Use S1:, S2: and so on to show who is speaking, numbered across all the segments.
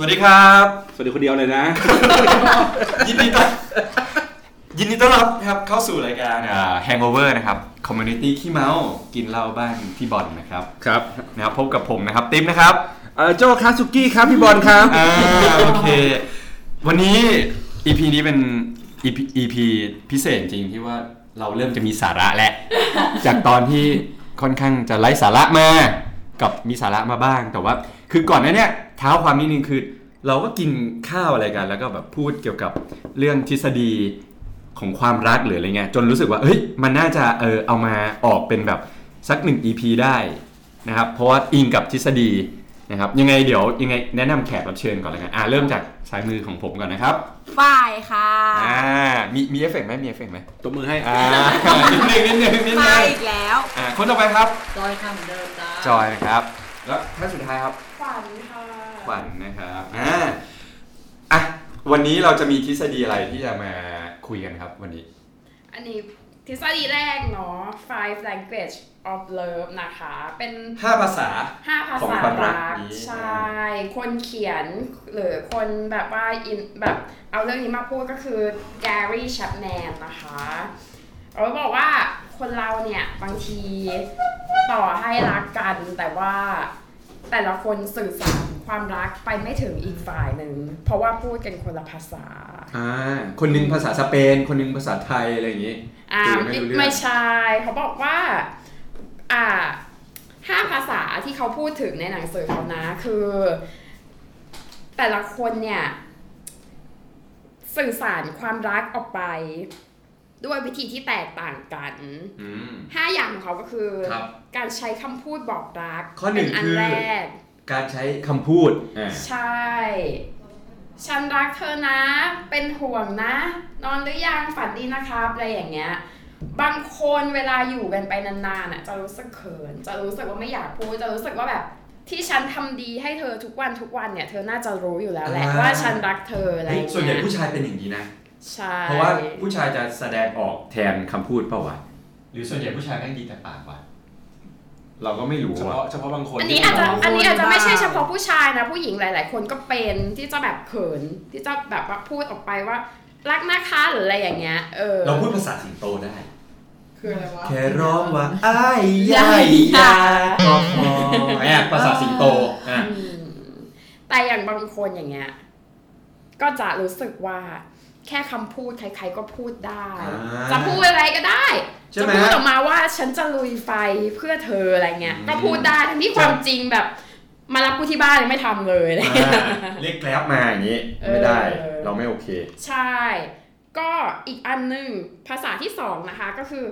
S1: วัสดีครับ
S2: สวัสดีคนเดียวเลยนะ
S1: ยินดีต้อนยินดีต้อนรับนะครับเข้าสู่รายการอ่า Hangover นะครับ Community ขี้เมา กินเหล้าบ้านพี่บอลนะครับ
S2: ครับ
S1: นะครับ พบกับผมนะครับ ติ๊มนะครับ
S2: เอ่อโจคาสุกี้ครับพี่บอลครับ
S1: อ่าโอเค วันนี้ EP นี้เป็น EP, EP พิเศษจริงที่ว่าเราเริ่มจะมีสาระ แล้วจากตอนที่ค่อนข้างจะไร้สาระมา กับมีสาระมาบ้างแต่ว่า คือก่อนหน้าเนี้ยเท้าความนิดนึงคือ เราก็กินข้าวอะไรกัน แล้วก็แบบพูดเกี่ยวกับเรื่องทฤษฎี ของความรักหรืออะไรเงี้ยจนรู้สึกว่าเฮ้ยมันน่าจะเออเอามาออกเป็นแบบสักหนึ่ง EP ได้นะครับเพราะว่าอิงกับทฤษฎีนะครับยังไงเดี๋ยวยังไงแนะนำแขกรับเชิญก่อนเลยกันอ่าเริ่มจากซ้ายมือของผมก่อนนะครับ
S3: ฝ่ายค่ะ
S1: อ่ามีมีเอฟเฟกต์ไหมมีเอฟเฟกต์ไหม
S2: ตบมือให้
S1: อ่า นิดนึงนิดนึงนิดนึ
S3: ฝ่าย
S1: ง
S3: อีกแล้ว
S1: อ่าคนต่อไปครับ
S4: จอยคำเดิมจ้า
S1: จอยนะครับแล้วท่านสุดท้ายครับ
S4: ฝันค่ะ
S1: ขวัญนะครับอ่าอ่ะวันนี้เราจะมีทฤษฎีอะไรที่จะมาคุยกันครับวันนี้
S4: อันนี้ทฤษฎีแรกเนาะ five language of love นะคะ เป็น
S1: 5 ภาษา
S4: ห้าภา
S1: ของ
S4: ษา
S1: ความรั
S4: รั
S1: ก
S4: ก
S1: นี้
S4: ใช่ คนเขียนหรือคนแบบว่าอินแบบเอาเรื่องนี้มาพูดก็คือ Gary Chapman นะคะเราบอกว่าคนเราเนี่ย บางทีต่อให้รักกันแต่ว่า แต่ละคนสื่อสารความรักไปไม่ถึงอีกฝ่ายหนึ่ง เพราะว่าพูดกันคนละภาษา
S1: อ่าคนหนึงภาษาสเปน คนหนึงภาษาไทยอะไรอย่างงี้
S4: อ่า
S1: คือไม่
S4: ไม่
S1: รู้เรื่อง
S4: ไม่ใช่เขาบอกว่าอ่าห้าภาษาที่เขาพูดถึงในหนังสือเขานะคือ แต่ละคนเนี่ย สื่อสารความรักออกไป ด้วยวิธีที่แตกต่างกัน
S1: อืม
S4: ห้าอย่างของเขาก็คือ
S1: ครับ
S4: การใช้คำพูดบอกรัก
S1: ข้อหนึ่ง
S4: เป็อั
S1: คือ
S4: แรก
S1: การใช้คำพูดอ่า
S4: ใช่ ฉันรักเธอนะ เป็นห่วงนะ นอนหรือยัง ฝันดีนะครับ อะไรอย่างเงี้ย บางคนเวลาอยู่กันไปนานๆอ่ะ จะรู้สึกเขิน จะรู้สึกว่าไม่อยากพูด จะรู้สึกว่าแบบ ที่ฉันทำดีให้เธอทุกวันทุกวันเนี่ย เธอน่าจะรู้อยู่แล้วแหละว่าฉันรักเธออะไรอย่างเงี้ย
S1: ส่วนใหญ่ผู้ชายเป็นอย่างนี้นะ
S4: ใช่
S1: เพราะว่าผู้ชายจะแสดงออกแทนคำพูดเปล่าวะหรือส่วนใหญ่ผู้ชายแม่งดีแต่ปากวะเราก็ไม่รู้
S2: เฉ
S1: อะ
S2: พาะเฉพาะบางคน
S4: อันนี้อาจจะอันนี้อาจจะไม่ใช่เฉพาะผู้ชายนะ ผู้หญิงหลาย ๆ คนก็เป็นที่จะแบบเขิน ที่จะแบบว่าพูดออกไปว่า รักนะคะหรืออะไรอย่างเงี้ย เออ
S1: เราพูดภาษาสิงโตได้
S4: คืออะไรวะ
S1: แค่ร้องว่าอ้ายยายยาก็พอแอบภาษาสิงโตอ่ะ
S4: แต่อย่างบางคนอย่างเงี้ย ก็จะรู้สึกว่า แค่คำพูดใครๆก็พูดได้
S1: อ่า
S4: จะพูดอะไรก็ได้
S1: ใช่
S4: จะ
S1: ไหม
S4: พูดออกมาว่าฉันจะลุยไฟเพื่อเธออะไรเงี้ย
S1: อืม
S4: ก็พูดได้ทั้งที่ความจริงแบบ มารับกูที่บ้านยังไม่ทำเลย
S1: อ่าเรียกแกร็บมาอย่างนี้ ไม่ได้
S4: เออ
S1: เราไม่โอเค
S4: ใช่ ก็อีกอันหนึ่งภาษาที่สองนะคะก็คือ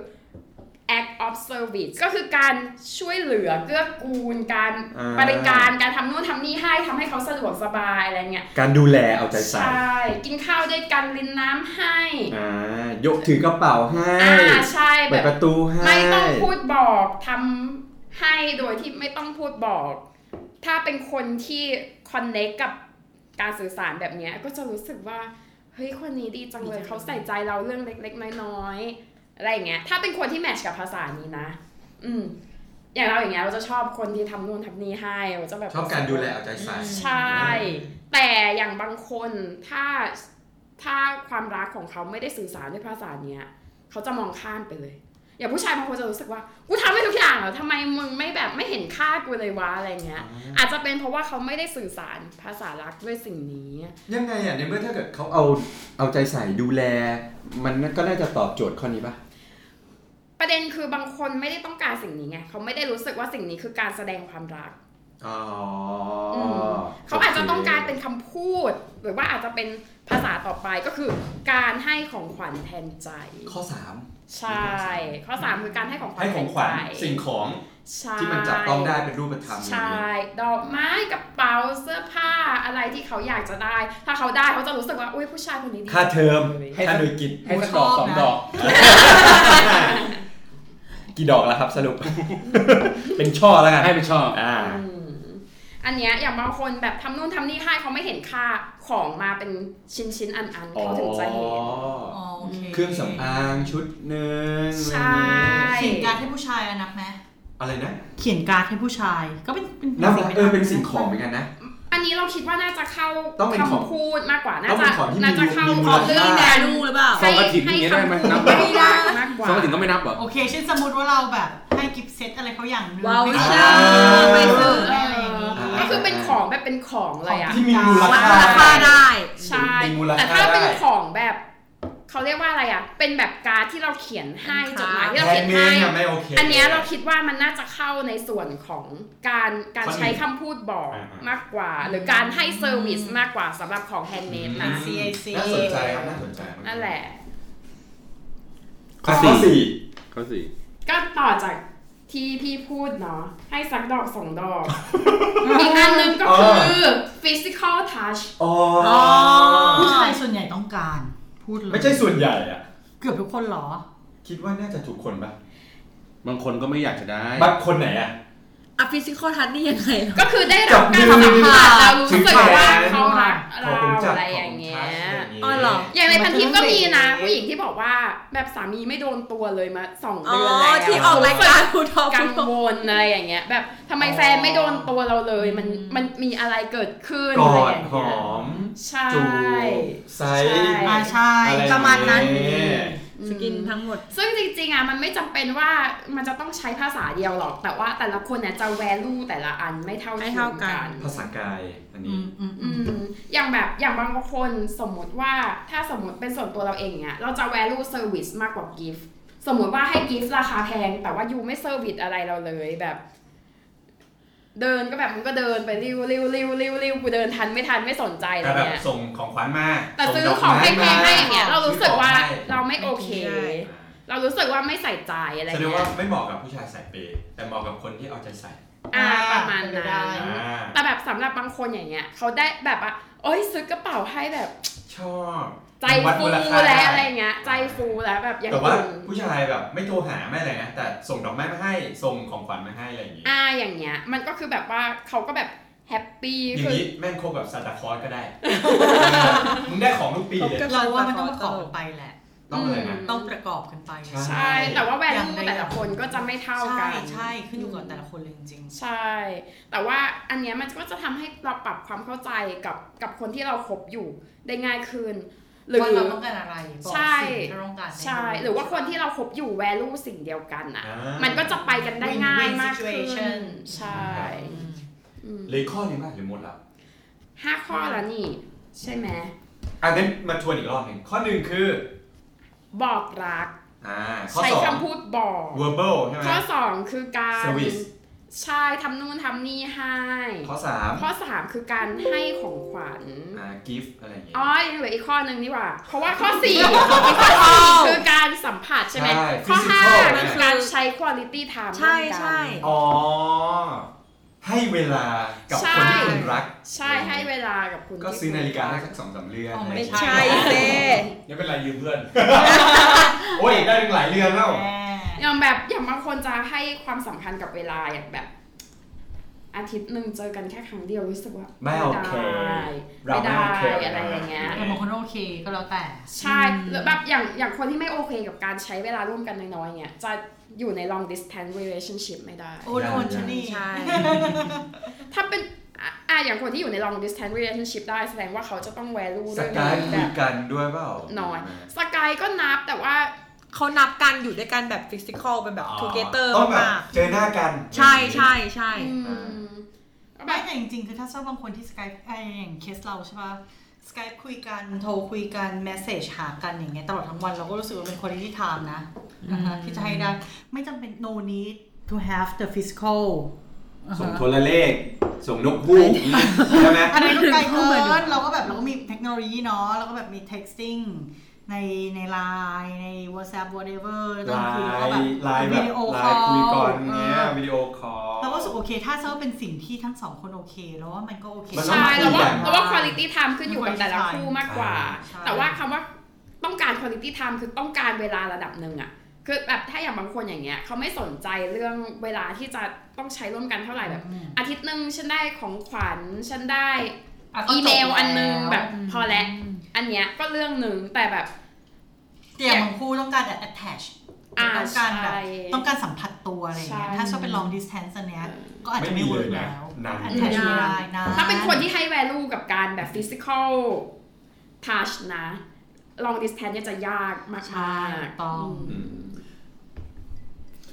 S4: act of service ก็คือการช่วยเหลือเกื้อกูล การ
S1: อ่า
S4: บริการการทำนู่นทำนี่ให้ทำให้เขาสะดวกสบายอะไรเงี้ย
S1: การดูแลเอาใจ
S4: ใช
S1: ใส่
S4: ่ กินข้าวด้วยกันรินน้ำให้
S1: อ่ายกถือกระเป๋าให้
S4: อ่าใช่แบ
S1: เปิด
S4: บ
S1: ประตูให้
S4: ไม่ต้องพูดบอกทำให้โดยที่ไม่ต้องพูดบอก ถ้าเป็นคนที่คอนเน c t กับการสื่อสารแบบเนี้ยก็จะรู้สึกว่าเฮ้ยคนนี้ดีจังเลยเขาใส่ใจเราเรื่องเล็กๆ น้อยๆอะไรอย่างเงี้ยถ้าเป็นคนที่แมทช์กับภาษานี้นะ อืม อย่างเราอย่างเงี้ยเราจะชอบคนที่ทำนู่นทำนี่ให้เราจะแบบ
S1: ชอบการดูแลเอาใจใส่
S4: ใช่ แต่อย่างบางคนถ้าถ้าความรักของเขาไม่ได้สื่อสารด้วยภาษาเนี้ยเขาจะมองข้ามไปเลย อย่างผู้ชายบางคนจะรู้สึกว่ากูทำให้ทุกอย่างเหรอทำไมมึงไม่แบบไม่เห็นค่ากูเลยวะอะไรเงี้ย อาจจะเป็นเพราะว่าเขาไม่ได้สื่อสารภาษารักด้วยสิ่งนี้
S1: ยังไงอ่ะในเมื่อถ้าเกิดเขาเอาเอาใจใส่ดูแล มันก็น่าจะตอบโจทย์ข้อนี้ป่ะ
S4: ประเด็นคือบางคนไม่ได้ต้องการสิ่งนี้ไงเขาไม่ได้รู้สึกว่าสิ่งนี้คือการแสดงความรัก
S1: อ๋ออ
S4: ม เขาอาจจะต้องการเป็นคำพูด หรือว่าอาจจะเป็นภาษาต่อไปก็คือ การให้ของขวัญแทนใจ
S1: ข้อ 3
S4: ใช่ ข้อ 3 คือการให้ของขวัญ
S1: ให้ของขวัญ
S4: แทนใจ
S1: สิ่งของ
S4: ใช่
S1: ที่มันจับต้องได้เป็นรูปธรรม
S4: ใช่ดอกไม้กระเป๋าเสื้อผ้าอะไรที่เขาอยากจะได้ ถ้าเขาได้เขาจะรู้สึกว่าอุ้ยผู้ชายคนนี้ดี
S1: ค่าเทอม
S4: เลย
S1: ค่าหน่วยกิจ
S2: ให้สักดอกสองดอก
S1: กี่ดอกแล้วครับส รุป เป็นช่อแล้วกัน
S2: ให้เป็นชอบ
S1: อ่า
S4: อืมอันเนี้ยอย่างบางคนแบบทำนู่นทำนี่ให้เขาไม่เห็นค่าของมาเป็นชิ้นชิ้นๆอันอันๆเขาถึงจะเห็น
S3: อ๋อโอเค
S1: เครื่องสำอางชุดหนึ่ง
S4: ใช่
S3: เขียนการ์ดให้ผู้ชายอะนับไหม
S1: อะไรนะ
S3: เขียนการ์ดให้ผู้ชาย ก็เป็นเป็น
S1: นับเออเป็นสิ่งของเหมือนกันนะ
S4: อันนี้เราคิดว่าน่าจะเข้า
S2: ต้องเป็นของ
S4: คำพูดมากกว่าน่า
S2: ต้องเป็
S4: จะ
S2: นของที่มี
S4: น่าจะเข้า
S2: มีมู
S4: ข
S2: ล
S4: อง
S2: ค่า
S4: เรื่อง
S3: แวลูหรือเปล่า
S2: ซองกระถิ่นอย่างเงี้ยได้ไหมนับไหม
S3: ไม่ได้
S4: มากกว่า
S2: สองถึงก็ไม่นับเหรอ
S5: โอเคเช่นสมมติว่าเราแบบให้กิฟต์เซตอะไรเขาอย่างหนึง
S3: ว้าว
S5: ไม่
S3: ใช่
S5: ใช่ไปซื้อ
S4: เอ
S5: อะไรอย่าง
S4: อ
S5: นี้
S1: อ่า
S4: ก็คือเป็นของแบบเป็นของเลยอ่ะ
S2: ที่มีมูล
S3: รา
S2: ค่า
S3: คาได้
S4: ใช่
S2: มีมูลค่า
S4: แต่ถ้าเป็น
S2: ได้
S4: ของแบบเขาเรียกว่าอะไรอ่ะ เป็นแบบการ์ดที่เราเขียนให้
S3: เป็นค
S4: จด
S3: ราฟ
S4: หมายที่เรา
S2: แฮ
S4: เขี
S2: น
S4: ย
S2: ด์
S4: น
S2: เมด
S4: ให้
S2: อะไม่โอเค
S4: อันเนี้ยเราคิดว่ามันน่าจะเข้าในส่วนของการการ
S2: ข้อหนึ่ง
S4: ใช้คำพูดบอก
S2: อ่าอ่าม
S4: มากกว่า หรือการให้เซอร์วิสมากกว่าสำหรับของแฮนด์เมด
S5: เป็
S4: นะ
S5: น CIC
S2: น่าสนใจครับน่าสนใจมาก
S4: นั่นแหละ
S1: ข้อสี่
S2: ข้อสี่
S4: ก็ต่อจากที่พี่พูดเนาะให้สักดอกสองด อก อีกอันหนึงก็คือ physical touch
S2: อ๋อ
S5: ผู้ชายส่วนใหญ่ต้องการ พูดเลย
S1: ไม่ใช่ส่วนใหญ่อะ
S5: เกือบทุกคนเหรอ
S1: คิดว่าน่าจะถูกคนปะ
S2: บางคนก็ไม่อยากจะได้
S1: บางคนไหนอะ
S3: อะฟิสิกอลทัชนี่ยังไงเหรอ
S4: ก็คือได้รับการสัมผัสเรารู้สึกว่าเขารักเราอะไรอย่างเงี้ย
S3: อ๋อเหรอ
S4: อ
S3: อย่าง
S4: ในพันทิปก็มีนะผู้หญิงที่บอกว่าแบบสามีไม่โดนตัวเลยมาสอง
S3: อ๋อ
S4: เดือนแล้ว
S3: ที่ออกรายการคุณทอ
S4: กัง
S3: คุณ
S4: วลอะไรอย่างเงี้ย แบบทำไมแฟนไม่โดนตัวเราเลย มัน
S3: อืม
S4: มันมีอะไรเกิดขึ้น
S1: ก
S4: อะ
S1: อ
S4: ไร
S1: ด
S4: อย่าง
S1: หอ
S4: เงี้ย
S1: ม
S4: ใช่
S1: จูบไซส์
S4: ใช่
S5: อ่าใช่
S1: อะไร
S5: ประมาณนั้น
S1: อย่างงี้
S4: อืม
S3: สกินทั้งหมด
S4: ซึ่งจริงๆอ่ะมันไม่จำเป็นว่ามันจะต้องใช้ภาษาเดียวหรอก แต่ว่าแต่ละคนเนี่ยจะแวลูแต่ละอันไม่เท่า
S3: ไม่
S4: เทีย
S3: เท่าม กั
S4: กัน น
S1: ภาษากายอัน
S5: อื
S1: นี้
S5: มอืมอื
S4: อื
S5: ม
S4: มอย่างแบบอย่างบางคนสมมติว่าถ้าสมมติเป็นส่วนตัวเราเองเนี่ยเราจะ value service มากกว่า gift สมมติว่าให้ gift ราคาแพง แต่ว่ายูไม่ service อะไรเราเลยแบบ เดินก็แบบมันก็เดินไปริ้วริ้วริ้วริ้วริ้วกูเดินทันไม่ทันไม่สนใจอะไร
S1: แต่แบบ
S4: เงี้ย
S1: ส่งของขวัญมา
S4: แต่ซื้อ
S1: ส่ดก
S4: ของแพ
S1: ไม้
S4: งๆให้
S1: มา
S4: อย่างเงี้ยเรารู้สึกว่า
S1: ซื้อของให้
S4: เราไม่โอเค
S3: ไม่ได้
S4: เรารู้สึกว่าไม่ใส่ใจอะไร
S1: แสดง
S4: เงี้
S1: ว่าย ไม่เหมาะกับผู้ชายใส่เปย์แต่เหมาะกับคนที่เอาใจใส่
S4: อ่าประมาณ
S5: เป็นไปได้
S4: นั้น
S1: อ่า
S4: แต่แบบสำหรับบางคนอย่างเงี้ยเขาได้แบบอ่ะโอ้ยซื้อกระเป๋าให้แบบ
S1: ชอบ
S4: ใจ
S1: วัด
S4: ฟู
S1: มู
S4: แล้ว
S1: ค่าด้
S4: อะไรเงี้ย ใจฟูแล้วแบบอย่าง
S1: แต่ว่า
S4: อื่น
S1: ผู้ชายแบบไม่โทรหาไม่อะไรนะแต่ส่งดอกไม้มาให้ส่งของขวัญมาให้อะไรอย่างงี้
S4: อ่าอย่างเงี้ย มันก็คือแบบว่าเขาก็แบบแฮปปี้
S1: อย่าง
S4: คือ
S1: นี้แม่งคบแบบซานตาคลอส ก็ได้ มึงได้ของทุกปีเล
S3: ค
S1: ย
S3: บกับ
S5: เราว่ามันต้องประกอบกันไปแหละ
S1: ต้องอะไรนะ
S5: ต้องประกอบกันไป
S1: ใช่
S4: ใช่ แต่ว่าแว
S5: อย่า
S4: ลู
S5: งใด
S4: แต่ละคนก็จะไม่เท่ากั
S5: ใช่
S4: น
S5: ใช่ขึ้นอยู่กับแต่ละคนเลยจริงๆ
S4: ใช่ แต่ว่าอันเนี้ยมันก็จะทำให้เราปรับความเข้าใจกับกับคนที่เราคบอยู่ได้ง่ายขึ้น หรือ
S5: ว่าเราต้องการอะไรบอก
S4: ใช่
S5: สิ่งที่เราต้องการห้
S4: ใช่ หรือว่าคนที่เราคบอยู่แวลูสิ่งเดียวกันอ่ะ
S1: อ่า
S4: มันก็จะไปกันได้ง่ายมากข
S5: Win-win
S4: ึ้น
S5: situation
S4: ใช่
S5: อืม
S4: อืม
S1: หรือข้อหนึงป่ะหรือหมดละ
S4: ห้าข้อแล้วนี่ ใช่ไหม
S1: อันนั้นมาทวนอีกรอบหนึ่งข้อหนึ่งคือ
S4: บอกรัก
S1: อ่า ข้อ
S4: ใช้
S1: สอง
S4: คำพูดบอก
S1: verbal ใช่ไหม
S4: ข้อ 2 คือการ
S1: Service
S4: ใช่ทำนู่นทำนี่ให้
S1: ข้อสาม
S4: ข้อ 3 คือการให้ของขวัญ
S1: อ่า gift อะไรอย่างเงี้ย
S4: อ๋อยังเหลืออีกข้อหนึ่งนี่หว่า เพราะว่าข้อ 4 ข้อสี่คือการสัมผัสใช่ไหม
S1: ใช่
S4: ข้อ
S1: physical
S4: 5
S1: นะ
S4: คือการใช้ quality time
S3: ใช่
S4: ร่วมกัน
S3: ใช่
S1: อ๋อ ให้เวลากับคนที่คุณรัก
S4: ใช่ให้เวลากับคุณ
S1: ก็ซื้อนาฬิกาให้สักสองสามเรือน
S5: อ๋อไม่
S1: ไม่
S5: ใช่
S1: ใช่
S3: เซ่
S1: ยังเป็นไรยืมเพื่อน โอ้ย ได้ถึงหลายเรือนแล้ว
S5: แม่
S4: อย่างแบบอย่างบางคนจะให้ความสำคัญกับเวลาอย่างแบบ อาทิตย์หนึ่งเจอกันแค่ครั้งเดียวรู้สึกว่า
S1: ไม่โอเค
S4: ได้
S1: เราไม่
S4: ไม่ได้
S1: โอเค
S4: อะไรอย่างเงี้ย
S5: แต่บางคนโอเคก็แล้วแต่
S4: ใช่หรือแบบอย่างอย่างคนที่ไม่โอเคกับการใช้เวลาร่วมกันน้อยๆเนี่ยจะอยู่ใน long distance relationship ไม่ได้
S5: โอ้โดนชะนี
S3: ใช่
S4: ถ้าเป็นอ่ะอ่ะอย่างคนที่อยู่ใน long distance relationship ได้แสดงว่าเขาจะต้อง value
S1: ส
S4: ด้วย
S1: กาย
S4: แบ
S1: คุย
S4: บ
S1: กันด้วยเปล่า
S4: น้อยสกายก็นับแต่ว่า
S3: เขานับการอยู่ด้วยกันแบบฟิสิกอลเป็นแบบ
S1: อ๋อ
S3: ทูเกเตอร์
S1: ต้องแบบ
S3: มาก
S1: เจอหน้ากัน
S3: ๆใช่ใช่ใช่
S4: อืมแบ
S5: ไม่
S4: บ
S5: แต่จริงๆ คือถ้าชอบบางคนที่สกายไออย่างเคสเราใช่ป่ะสกายคุยกันโทรคุยกันเมสเซจหากันอย่างเงี้ยตลอดทั้งวันเราก็รู้สึกว่าเป็นคนที่ไทม์นะนะคะที่จะให้ได้ไม่จำเป็น no need to have the physical อ่า
S1: ส่ง
S5: ฮะ
S1: โทรเลข ส่งนกฮูกใช่ไหม
S5: อันนี้นก็ไกลเกิ
S3: เข้ามาดู
S5: นเราก็แบบเราก็มีเทคโนโลยีเนาะเราก็แบบมี texting ในในไลน์ใน WhatsApp whatever
S1: ไล
S5: ตอนคืนเราก็
S1: น์
S5: แบบ
S1: ไลน์แบบ
S5: วิดีโอ
S1: ไล
S5: คอ
S1: น์
S5: ล
S1: คุยก่อนเงี้ย
S5: เออ
S1: วิดีโอคอล
S5: เราก็รู้สึกโอเค ถ้าเซอร์เป็นสิ่งที่ทั้งสองคนโอเคแล้วว่ามันก็โอเค
S1: มัน ต้ อ
S4: ใช่
S1: งาคุย
S4: แล้ว
S1: กั
S4: ว่าน แล้วว่า quality time ขึ้นอยู่กับแต่ละคู่มากกว่า
S5: ใช่
S4: แต่ว่าคำว่าต้องการ quality time คือต้องการเวลาระดับหนึ่งอะคือแบบถ้าอย่างบางคนอย่างเงี้ยเขาไม่สนใจเรื่องเวลาที่จะต้องใช้ร่วมกันเท่าไหร่แบบ
S5: อืม
S4: อาทิตย์หนึ่งฉันได้ของขวัญฉันได้
S5: ะก็
S4: อี
S5: จบ
S4: เมลอันนึงแบบ
S5: ล้ว
S4: พอแล้วอันเนี้ยก็เรื่องหนึ่งแต่แบบ
S5: เตียงของคู่ต้องการแต่ attach หรือต้องการ
S4: อ่า
S5: แบบ
S4: ใช่
S5: ต้องการสัมผัสตัวอะไรอย่างเงี้ย
S4: ใช่
S5: ถ้าชอบเป็น long distance อันเนี้ยก็อาจจะไม่เวิร์กแล้ว
S1: นาน
S5: อันแทนไม่ได้นะ
S4: ถ้าเป็นคนที่ให้ value กับการแบบ physical touch นะ long distance เนี่ยจะยากมาก
S5: ใช่ถูกต้อง
S4: ม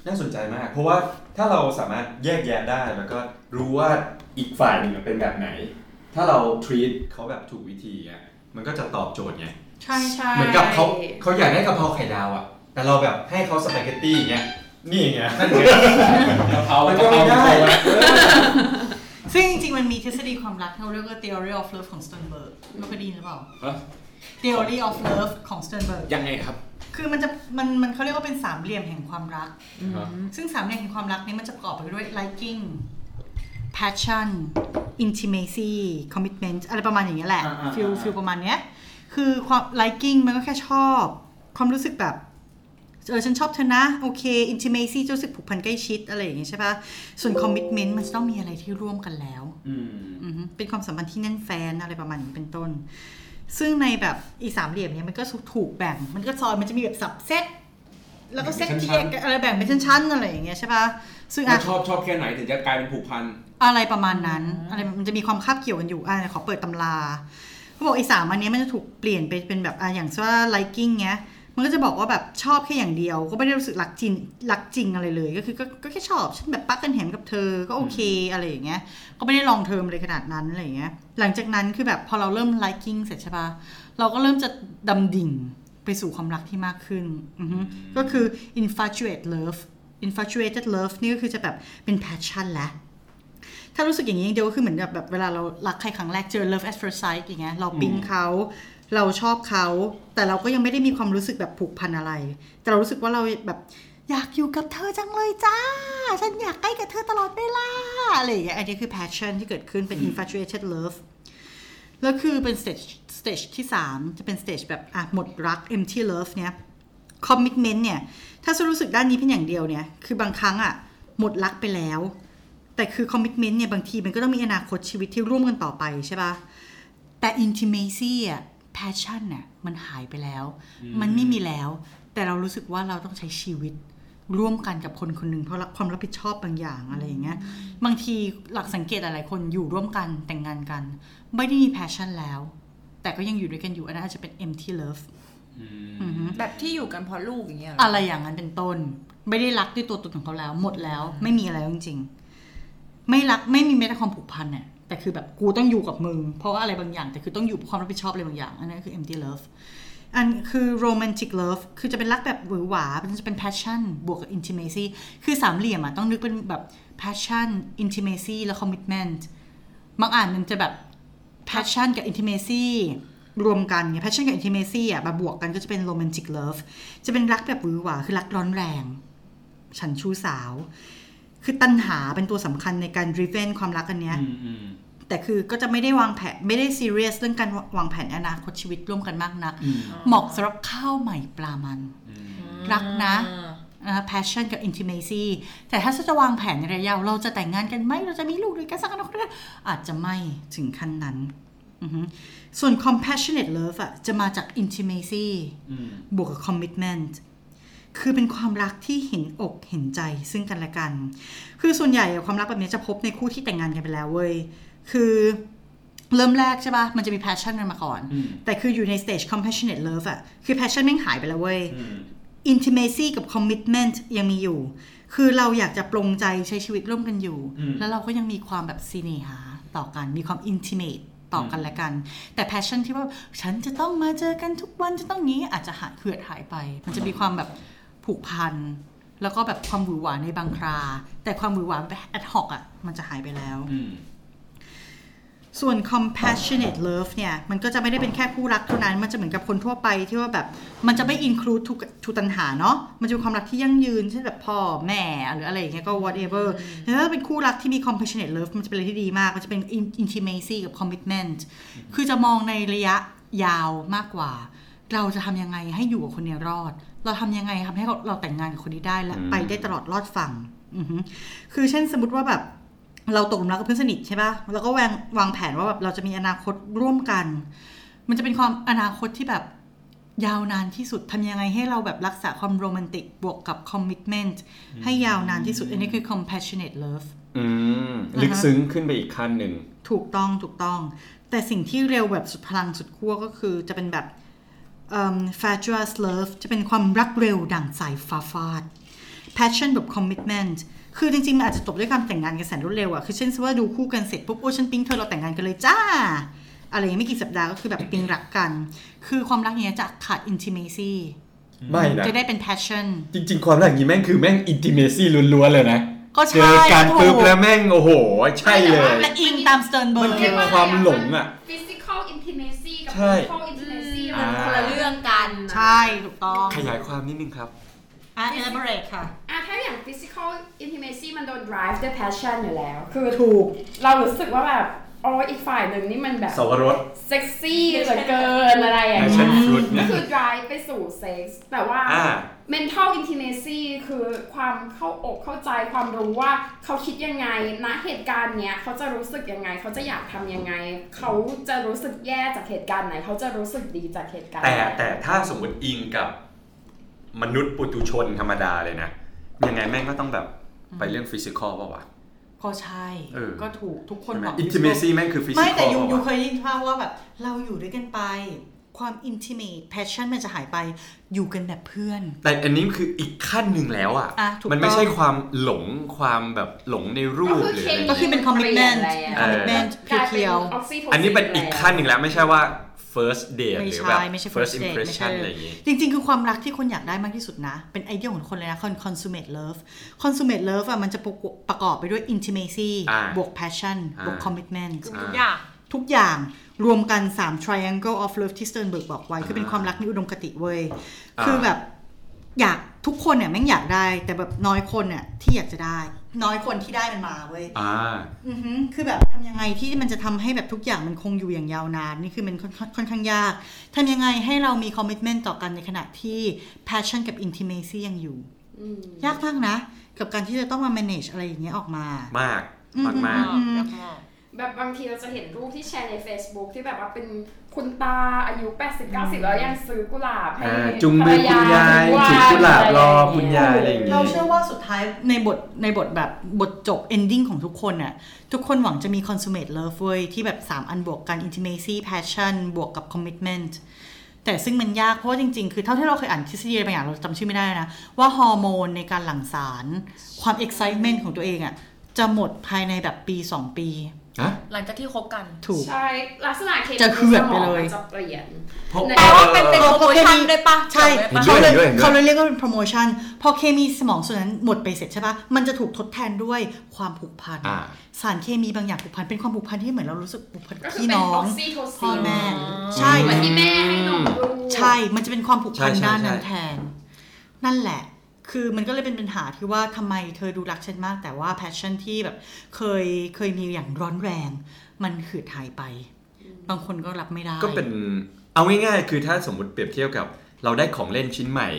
S1: น่าสนใจมาก เพราะว่าถ้าเราสามารถแยกแยะได้แล้วก็รู้ว่าอีกฝ่ายหนึ่งเป็นแบบไหน ถ้าเรา treat เขาแบบถูกวิธีอ่ะมันก็จะตอบโจทย์ไง
S5: ใช่ใช่
S1: เหมือนกับเขาเขาอยากได้กะเพราไข่ดาวอ่ะ แต่เราแบบให้เขาสปาเกตตี้อย่างเงี้ย นี่ไงนั่นไง
S2: กะเพรา
S1: มั
S2: กะ
S1: น
S2: เพ
S1: ก็ไม่
S2: รา
S1: ได้
S5: ซึ่งจริงๆ มันมีทฤษฎีความรักที่เราเรียกว่า theory of love ของ Sternberg ไม่เคยได้ยินหรือเปล่า
S2: เอ้ย
S5: theory of love ของ Sternberg
S2: ยังไงครับ
S5: คือมันจะมันมันเขาเรียกว่าเป็นสามเหลี่ยมแห่งความรัก
S2: ครับ
S5: ซึ่งสามเหลี่ยมแห่งความรักเนี้มันจะประกอบไปด้วย liking passion intimacy commitment อะไรประมาณอย่างเงี้ยแหละ
S2: อ่าอ่าอ่า
S5: ฟิลฟิลประมาณเนี้ยคือความ liking มันก็แค่ชอบ ความรู้สึกแบบ เออฉันชอบเธอนะ โอเค intimacy จะรู้สึกผูกพันใกล้ชิดอะไรอย่างเงี้ยใช่ปะส่วน commitment มันจะต้องมีอะไรที่ร่วมกันแล้ว
S2: อืม
S5: อือฮึเป็นความสัมพันธ์ที่แน่นแฟนอะไรประมาณนี้เป็นต้น ซึ่งในแบบอีสามเหลี่ยมเนี้ยมันก็ถูกแบ่ง มันก็ซอยมันจะมีแบบสับเซตแล้วก็เซตที่แยกกันอะไรแบ่งเป็นชั้นๆอะไรอย่างเงี้ยใช่ปะซึ่ง
S2: ว่า
S5: อะ
S2: ชอบชอบแค่ไหนถึงจะกลายเป็นผูกพัน
S5: อะไรประมาณนั้นอะไรมันจะมีความคาบเกี่ยวกันอยู่อ่ะขอเปิดตำราเขาบอกไอ้สามอันเนี้ยมันจะถูกเปลี่ยนไปเป็นแบบอ่ะอย่างเช่นว่า liking เงี้ยมันก็จะบอกว่าแบบชอบแค่อย่างเดียว ก็ไม่ได้รู้สึกรักจริงรักจริงอะไรเลยก็คือก็ก็แค่ชอบฉันแบบปักกันแหมกับเธอก็โอเคอะไรอย่างเงี้ย ก็ไม่ได้ลองเทอมเลยขนาดนั้นอะไรอย่างเงี้ย หลังจากนั้นคือแบบพอเราเริ่ม liking เสร็จใช่ปะเราก็เริ่มจะดำดิ่งไปสู่ความรักที่มากขึ้นอือฮึก็คือ infatuate love infatuated love นี่ก็คือจะแบบเป็น passion ละ ถ้ารู้สึกอย่างนี้อย่างเดียวก็คือเหมือนแบบแบบเวลาเรารักใครครั้งแรกเจอ love at first sight อย่างเงี้ยเราปิ๊งเขา เราชอบเขา แต่เราก็ยังไม่ได้มีความรู้สึกแบบผูกพันอะไร แต่เรารู้สึกว่าเราแบบอยากอยู่กับเธอจังเลยจ้า ฉันอยากใกล้กับเธอตลอดเวลาอะไรอย่างเงี้ยอันนี้คือ passion ที่เกิดขึ้นเป็น infatuated love แล้วคือเป็น stage stage ที่ 3 จะเป็น stage แบบอ่ะหมดรัก empty love เนี่ย commitment เนี่ย ถ้าฉันรู้สึกด้านนี้เพียงอย่างเดียวเนี่ย คือบางครั้งอ่ะหมดรักไปแล้ว แต่คือ commitment เนี่ย บางทีมันก็ต้องมีอนาคตชีวิตที่ร่วมกันต่อไปใช่ปะแต่ intimacy อ่ะ passion น่ะมันหายไปแล้ว มันไม่มีแล้ว แต่เรารู้สึกว่าเราต้องใช้ชีวิต ร่วมกันกับคนคนหนึ่งเพราะความรับผิดชอบบางอย่างอะไรอย่างเงี้ยบางทีหลักสังเกตหลายๆคนอยู่ร่วมกันแต่งงานกัน ไม่ได้มี passion แล้ว แต่ก็ยังอยู่ด้วยกันอยู่อันนั้นอาจจะเป็น empty love อือฮึ
S3: แบบที่อยู่กันเพราะลูกอย่างเงี้ยเหรอ
S5: อะไรอย่างนั้นเป็นต้น ไม่ได้รักด้วยตัวตนของเขาแล้ว หมดแล้ว ไม่มีอะไรแล้วจริงๆ ไม่รักไม่มีแม้แต่ความผูกพันเนี่ยแต่คือแบบกูต้องอยู่กับมึง เพราะว่าอะไรบางอย่างแต่คือต้องอยู่เพราะความรับผิดชอบอะไรบางอย่าง อันนั้นคือ empty love อันคือ romantic love คือจะเป็นรักแบบหวือหวามันจะเป็น passion บวกกับ intimacy คือสามเหลี่ยมอะต้องนึกเป็นแบบ passion intimacy และ commitment บางอ่านมันจะแบบ passion กับ intimacy รวมกันเนี่ย passion กับ intimacy อ่ะมาบวกกันก็จะเป็น romantic love จะเป็นรักแบบหวือหวาคือรักร้อนแรง ฉันชู้สาว คือตัณหาเป็นตัวสำคัญในการ driven ความรักอันเนี้ย แต่คือก็จะไม่ได้วางแผนไม่ได้ซีเรียสเรื่องการวางแผนอนาคตชีวิตร่วมกันมากนัก เหมาะสำหรับข้าวใหม่ปลามัน รักนะ นะคะ passion กับ intimacy แต่ถ้าจะวางแผนในระยะยาวเราจะแต่งงานกันไหม เราจะมีลูกด้วยกันสักอนาคตได้อาจจะไม่ถึงขั้นนั้นอือฮึส่วน compassionate love อะจะมาจาก intimacy บวกกับ commitment คือเป็นความรักที่เห็นอกเห็นใจซึ่งกันและกัน คือส่วนใหญ่อะความรักแบบนี้จะพบในคู่ที่แต่งงานกันไปแล้วเว้ย คือเริ่มแรกใช่ปะมันจะมี passion กันมาก่อน แต่คืออยู่ใน stage compassionate love อะคือ passion แม่งหายไปแล้วเว้ย intimacy กับ commitment ยังมีอยู่ คือเราอยากจะปรงใจใช้ชีวิตร่วมกันอยู่
S1: อืม
S5: แล้วเราก็ยังมีความแบบซีเนหาต่อกัน มีความ intimate ต่อกันและกัน แต่ passion ที่ว่าฉันจะต้องมาเจอกันทุกวันจะต้องนี้อาจจะหายเหือดหายไป มันจะมีความแบบผูกพัน แล้วก็แบบความหวือหวาในบางครา แต่ความหวือหวาแบบ ad hoc อ่ะ มันจะหายไปแล้ว ส่วน compassionate love เนี่ย มันก็จะไม่ได้เป็นแค่คู่รักเท่านั้น มันจะเหมือนกับคนทั่วไปที่ว่าแบบ มันจะไม่ include ทุกทุกตันหาเนาะ มันจะเป็นความรักที่ยั่งยืน เช่นแบบพ่อแม่หรืออะไรอย่างเงี้ยก็ whatever แต่ถ้าเป็นคู่รักที่มี compassionate love มันจะเป็นอะไรที่ดีมาก มันจะเป็น in- intimacy กับ commitment คือจะมองในระยะยาวมากกว่า เราจะทำยังไงให้อยู่กับคนเนี้ยรอด เราทำยังไงทำให้เราเราแต่งงานกับคนนี้ได้และ
S1: อืม
S5: ไปได้ตลอดรอดฝั่งอือหือคือเช่นสมมติว่าแบบ เราตกหลุมรักกับเพื่อนสนิทใช่ปะ่ะ แล้วก็วางวางแผนว่าแบบเราจะมีอนาคตร่วมกัน มันจะเป็นความอนาคตที่แบบ ยาวนานที่สุดทำยังไงให้เราแบบรักษาความโรแมนติกบวกกับ commitment ให้ยาวนานที่สุด อันนี้คือ compassionate love
S1: อืมลึกซึ้งขึ้นไปอีกขั้นหนึ่ง
S5: ถูกต้องถูกต้อง แต่สิ่งที่เร็วแบบสุดพลังสุดขั้วก็คือจะเป็นแบบเอิ่ม fatuous love จะเป็นความรักเร็วดั่งสายฟ้าฟาด passion แบบ commitment คือจริงๆ มันอาจจะจบด้วยการแต่งงานกันแสนรวดเร็วอะคือเช่นว่าดูคู่กันเสร็จปุ๊บ โอ้ยฉันปิ๊งเธอเราแต่งงานกันเลยจ้า อะไรอย่างไม่กี่สัปดาห์ก็คือแบบปิ๊งรักกัน คือความรักอย่างเงี้ยจะขาด intimacy
S1: ไม่นะ
S5: จะได้เป็น passion
S1: จริง ๆ ความรักอย่างนี้แม่งคือแม่งอินติเมซี่ล้วนๆเลยนะ
S5: ก็
S1: เจ
S5: ใช่
S1: อกัน
S5: ถู
S1: ปุ๊บแล้วแม่งโอ้โห ใช่เลย
S5: และอิงตาม Sternberg
S1: มันคือความหลงอ่ะ
S4: physical intimacy กับ
S1: ใช่
S4: physical intimacy
S1: อ่า
S4: มัน
S3: คนละเรื่องกัน
S5: ใช่ถูกต้อง
S1: ขยายความนิดนึงครับ
S5: อ่ะ elaborate ค่ะ
S4: อ่ะถ้าอย่าง physical intimacy มันโดน drive ด้วย passion อยู่แล้ว คือถูก เรารู้สึกว่าแบบอ๋ออีกฝ่ายหนึ่งนี่มันแบบ
S1: สวรส
S4: เซ็กซี่เหลือเกินอะไรอย่างเงี้
S1: Passion
S4: ย
S1: fruit
S4: ก็
S1: นะ
S4: คือ drive ไปสู่เซ็กส์แต่ว่า
S1: อ่า
S4: mental intimacy คือความเข้าอกเข้าใจความรู้ว่าเขาคิดยังไงณเหตุการณ์เนี้ยเขาจะรู้สึกยังไง เขาจะอยากทำยังไง เขาจะรู้สึกแย่จากเหตุการณ์ไหน เขาจะรู้สึกดีจากเหตุการณ์
S1: แต่
S4: ไหน
S1: แต่ถ้าสมมติอิงกับมนุษย์ปุตุชนธรรมดาเลยนะ ยังไงแม่งก็ต้องแบบไปเรื่องฟิสิกอลป่าวะ
S5: ก็ใช่
S1: เออ
S5: ก็ถูกทุกคน
S1: ใช่ไหม
S5: บอก
S1: อินติเมซี่แม่งคือฟิสิกอล
S5: ไม่แต่ยูยู
S1: ป่าวะ
S5: เคยได้ยินภาพว่าแบบเราอยู่ด้วยกันไป ความอินทิเมทแพชชั่นมันจะหายไปอยู่กันแบบเพื่อน
S1: แต่อันนี้คืออีกขั้นหนึ่งแล้วอ่ะ
S5: อ่ะถูกต้อง
S1: มันไม่ใช่ความหลงความแบบหลงในรูป
S4: ก็คือ
S1: หรืออะไร
S4: เคมี
S5: ก็คือเป็น commitment
S4: ะไรย่างงี้ย
S5: เออ commitment
S4: กลาย
S5: เพี
S4: เป็น
S5: ย
S4: อ
S5: ว
S4: อกซิโทซิน
S1: อันนี้เป็นอีกขั้นหนึ่งแล้วไม่ใช่ว่า first
S5: ไม่
S1: date หรือแบ
S5: ใช่
S1: บ
S5: ไม่ใช่
S1: first
S5: first date ไม่ใช่
S1: impression อะไรอย่างงี้
S5: จริงๆ คือความรักที่คนอยากได้มากที่สุดนะ เป็นไอเดียของคนเลยนะคอน consummate love consummate love อะมันจะประกอบประกอบไปด้วย intimacy
S1: อ่า
S5: บวก passion บวก
S1: อ่า
S5: commitment
S1: อ่า
S5: ทุกอย่างรวมกัน 3 triangle of love ที่สเต r ร์นเบิร์กบอกไว้ คือเป็นความรักในอุดมคติเว้ย
S1: อ่า
S5: คือแบบอยากทุกคนเนี่ยแม่งอยากได้ แต่แบบน้อยคนเนี่ยที่อยากจะได้ น้อยคนที่ได้มันมาเว้ย
S1: อ่า
S5: อือหือคือแบบทำยังไงที่มันจะทำให้แบบทุกอย่างมันคงอยู่อย่างยาวนาน นี่คือมันค่อนข้างค่อนข้างยากทำยังไงให้เรามีคอมมิชเมนต์ต่อกันในขณะที่ passion กับ intimacy ยังอยู่
S4: อืม
S5: ยากมากนะ กับการที่จะต้องมา manage อะไรอย่างเงี้ยออกมาม
S1: าก
S5: อื
S1: มากมาก
S5: อือืม
S4: แบบบางทีเราจะเห็นรูปที่แชร์ใน Facebook ที่แบบว่าเป็นคุณตาอายุ 80 90 แล้วยังซื้อกุหลาบให้
S1: อ่าจุงมือคุณยาย
S4: ภรร
S1: ถือกุหลาบรอคุณยาย
S4: ด้ว
S1: อะไรอย่างงี้
S5: เราเชื่อว่าสุดท้ายในบทในบทแบบบทจบ ending ของทุกคนน่ะทุกคนหวังจะมี consummate love เว้ยที่แบบ 3 อันบวกกัน intimacy passion บวกกับ commitment แต่ซึ่งมันยากเพราะว่าจริง ๆ คือเท่าที่เราเคยอ่านทฤษฎีอะไรบางอย่างเราจำชื่อไม่ได้นะ ว่าฮอร์โมนในการหลั่งสาร ความ excitement ของตัวเองอะจะหมดภายในแบบปี 2 ปี
S1: ฮะ
S3: หลังจากที่คบกัน
S5: ถูก
S4: ใช่ ลักษณะเคมี
S5: จะเหือดไปเลย
S4: สมองมันจะเปลี่ยน
S1: เพราะ
S4: ใน
S3: แปลว่าเป็นเป็นโปรโมชั่นด้วยปะ
S5: ใช่
S3: เกี่ยวด้วยปะ
S5: เขาเลย
S1: เห็นด้วยเห็นด้วย
S5: เขาเลยเรียกว่าเป็น promotion พอเคมีสมองส่วนนั้นหมดไปเสร็จใช่ปะมันจะถูกทดแทนด้วยความผูกพัน
S1: อ่า
S5: สารเคมีบางอย่างผูกพันเป็นความผูกพันที่เหมือนเรารู้สึกผูกพัน
S4: ก็
S5: กับ
S4: คือ
S5: พี่
S4: เป็น
S5: น้อ
S4: ออง กซิโท
S5: พ่
S4: ซิ
S5: อน แม่
S3: อ
S5: ใช่
S4: เหมือนที่แม่ให้นมลูก
S5: ใช่มันจะเป็นความผูกพัน
S1: ใช่ใช่
S5: ด้านนั้น
S1: ใช่
S5: แทน นั่นแหละ คือมันก็เลยเป็นปัญหาที่ว่าทำไมเธอดูรักฉันมาก แต่ว่าแพชชั่นที่แบบเคยเคยมีอย่างร้อนแรง มันขืดหายไป บางคนก็รับไม่ได้
S1: ก็เป็นเอาง่ายๆ คือถ้าสมมติเปรียบเทียบกับ เราได้ของเล่นชิ้นใหม่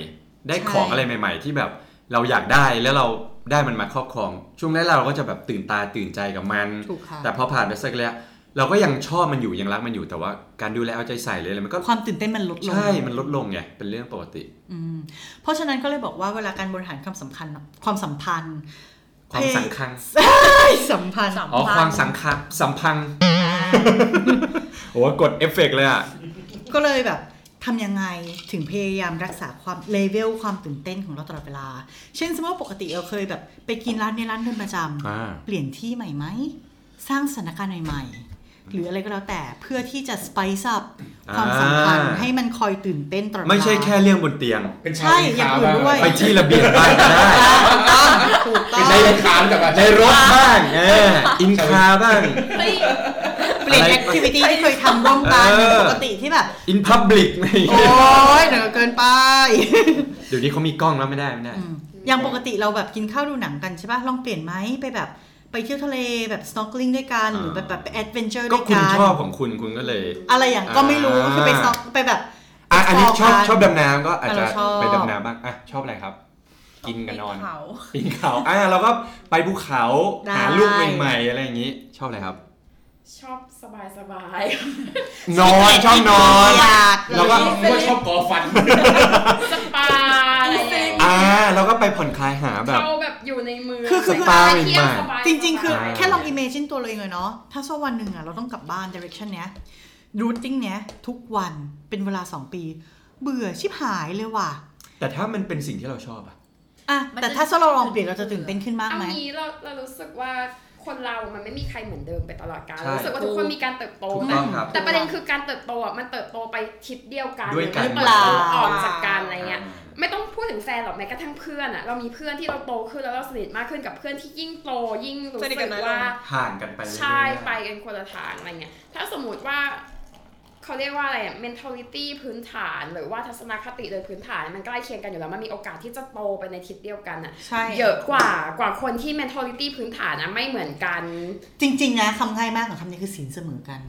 S1: ได้
S5: ใช่
S1: ของอะไรใหม่ ๆ ที่แบบเราอยากได้แล้วเราได้มันมาครอบครอง ช่วงแรกเราก็จะแบบตื่นตาตื่นใจกับมัน
S5: ถูกค่ะ
S1: แต่พอผ่านไปสักระยะเราก็ยังชอบมันอยู่ยังรักมันอยู่แต่ว่าการดูแลเอาใจใส่เลยอะไรมันก็
S5: ความตื่นเต้นมันลดลง
S1: ใช่มันลดลงไงเป็นเรื่องปกติ
S5: อืมเพราะฉะนั้นก็เลยบอกว่าเวลาการบริหารความสำคัญความสัมพันธ์
S1: ความสังคัง
S5: เอ้ยสัมพันธ์
S1: อ๋อความสังคังสัมพั งโอ้โหกดเอฟเฟกต์เลยอ่ะ
S5: ก็เลยแบบทำยังไงถึงพยายามรักษาความเลเวลความตื่นเต้นของเราตลอดเวลา เช่นสมมติว่าปกติเราเคยแบบไปกินร้านในร้านเป็นประจ
S1: อ่า
S5: ำเปลี่ยนที่ใหม่ไหม สร้างสถานการณ์ใหม่ๆ หรืออะไรก็แล้วแต่เพื่อที่จะสไปซ์อัพความสัมพันธ์ให้มันคอยตื่นเต้นตลอดเวลา
S1: ไม่ใช่แค่เรื่องบนเตียง
S2: เป็นชา
S5: ใช่อย่างอื่นด้วย
S1: ไปที่ระเบียงบ้านก็ได้
S5: ถูกต้อง
S2: ใช้ค้างกับ
S1: ในรถบ้างเอออินคาบ้าง
S5: เปลี่ยน
S1: อะไร
S5: แอคทิวิตี้ที่เคยทำร่วมกัน
S1: เออ
S5: ปกติที่แบบ
S1: อินพับลิกอะไรอย่าง
S5: โอ๊
S1: เงี้ย
S5: ยเหนือเกินไป
S1: เดี๋ยวนี้เขามีกล้องแล้วไม่ได้ไม่ได้
S5: อืมอย่างปกติเราแบบกินข้าวดูหนังกันใช่ปะลองเปลี่ยนไหมไปแบบไปเที่ยวทะเลแบบ snorkeling ด้วยกัน
S1: อ่า
S5: หรือแบบแบบไป adventure
S1: ก็
S5: ด้วย
S1: คุณ
S5: กัน
S1: ชอบของคุณคุณก็เลย
S5: อะไรอย่างก็ไม่รู้
S1: อ่า
S5: คือไป snork ไปแบบ
S1: อ่ะอันนี้ชอบ
S5: ชอบกั
S1: ชอบ
S5: น
S1: ดำน้ำก็อาจจะ
S5: เราชอบ
S1: ไปดำน้ำบ้างอ่ะชอบอะไรครับ กินกับนอน
S3: เขา
S1: ปีนเขาอ่ะเราก็ไปภูเขา
S5: ได้
S1: หาลูกใหม่ๆอะไรอย่างงี้ ชอบอะไรครับ
S4: ชอบสบายสบาย
S1: นอนชอบนอน
S5: อยาก
S1: แล้วก็
S2: ก็ชอบกอฟัน
S4: ๆสปาอะไรอย่างเงี้ย
S1: อ่าเราก็ไปผ่อนคลายหาแบบ
S4: เราแบบอยู่ในเมือง
S5: คือคือ
S4: สบยเที่ยวสบายๆ
S5: จริงๆ คือ
S1: ใช่
S5: แค่ลอง imagine ตัวเราเองเลยเนาะ ถ้าสักวันหนึ่งอะเราต้องกลับบ้าน direction เนี้ย routing เนี้ย ทุกวันเป็นเวลา 2 ปี เบื่อชิบหายเลยว่ะ
S1: แต่ถ้ามันเป็นสิ่งที่เราชอบอะ
S5: อะ
S3: มันจะ
S5: แต่ถ้าสักเราลองเปลี่ยนเราจะตื่นเต้นขึ้นมาก
S4: เอา
S5: ไหม
S4: งี้เราเรารู้สึกว่าคนเรา มันไม่มีใครเหมือนเดิมไปตลอดกาล
S1: ใช่
S4: รู้สึกว่าทุกคนมีการเติบโต
S1: ถูก
S4: แต่
S1: ต้องครับ
S4: แต่ประเด็นคือการเติบโตอ่ะมันเติบโตไปทิศเดียวกัน
S1: ด้วยกัน
S4: มั
S5: หรือเปล่า
S4: ออกจากกันอะไรเงี้ย ไม่ต้องพูดถึงแฟนหรอกแม้กระทั่งเพื่อนอ่ะเรามีเพื่อนที่เราโตขึ้นแล้วเราสนิทมากขึ้นกับเพื่อนที่ยิ่งโตยิ่งรู้
S6: สนิทกั
S4: สึ
S6: น
S4: ก
S6: น้อยลง
S4: ว่า
S1: ห่างกันไปเรื่อยๆ
S4: ใช่ไปกันคนละทางอะไรเงี้ยถ้าสมมติว่าเขาเรียกว่าอะไรอ่ะ mentality พื้นฐานหรือว่าทัศนคติโดยพื้นฐานมันใกล้เคียงกันอยู่แล้วมันมีโอกาสที่จะโตไปในทิศเดียวกันอ่ะ
S5: ใช่
S4: เยอะกว่ากว่าคนที่ mentality พื้นฐานนะไม่เหมือนกัน
S5: จริง ๆ นะคำง่ายมากของคำนี้คือศีลเสมอกัน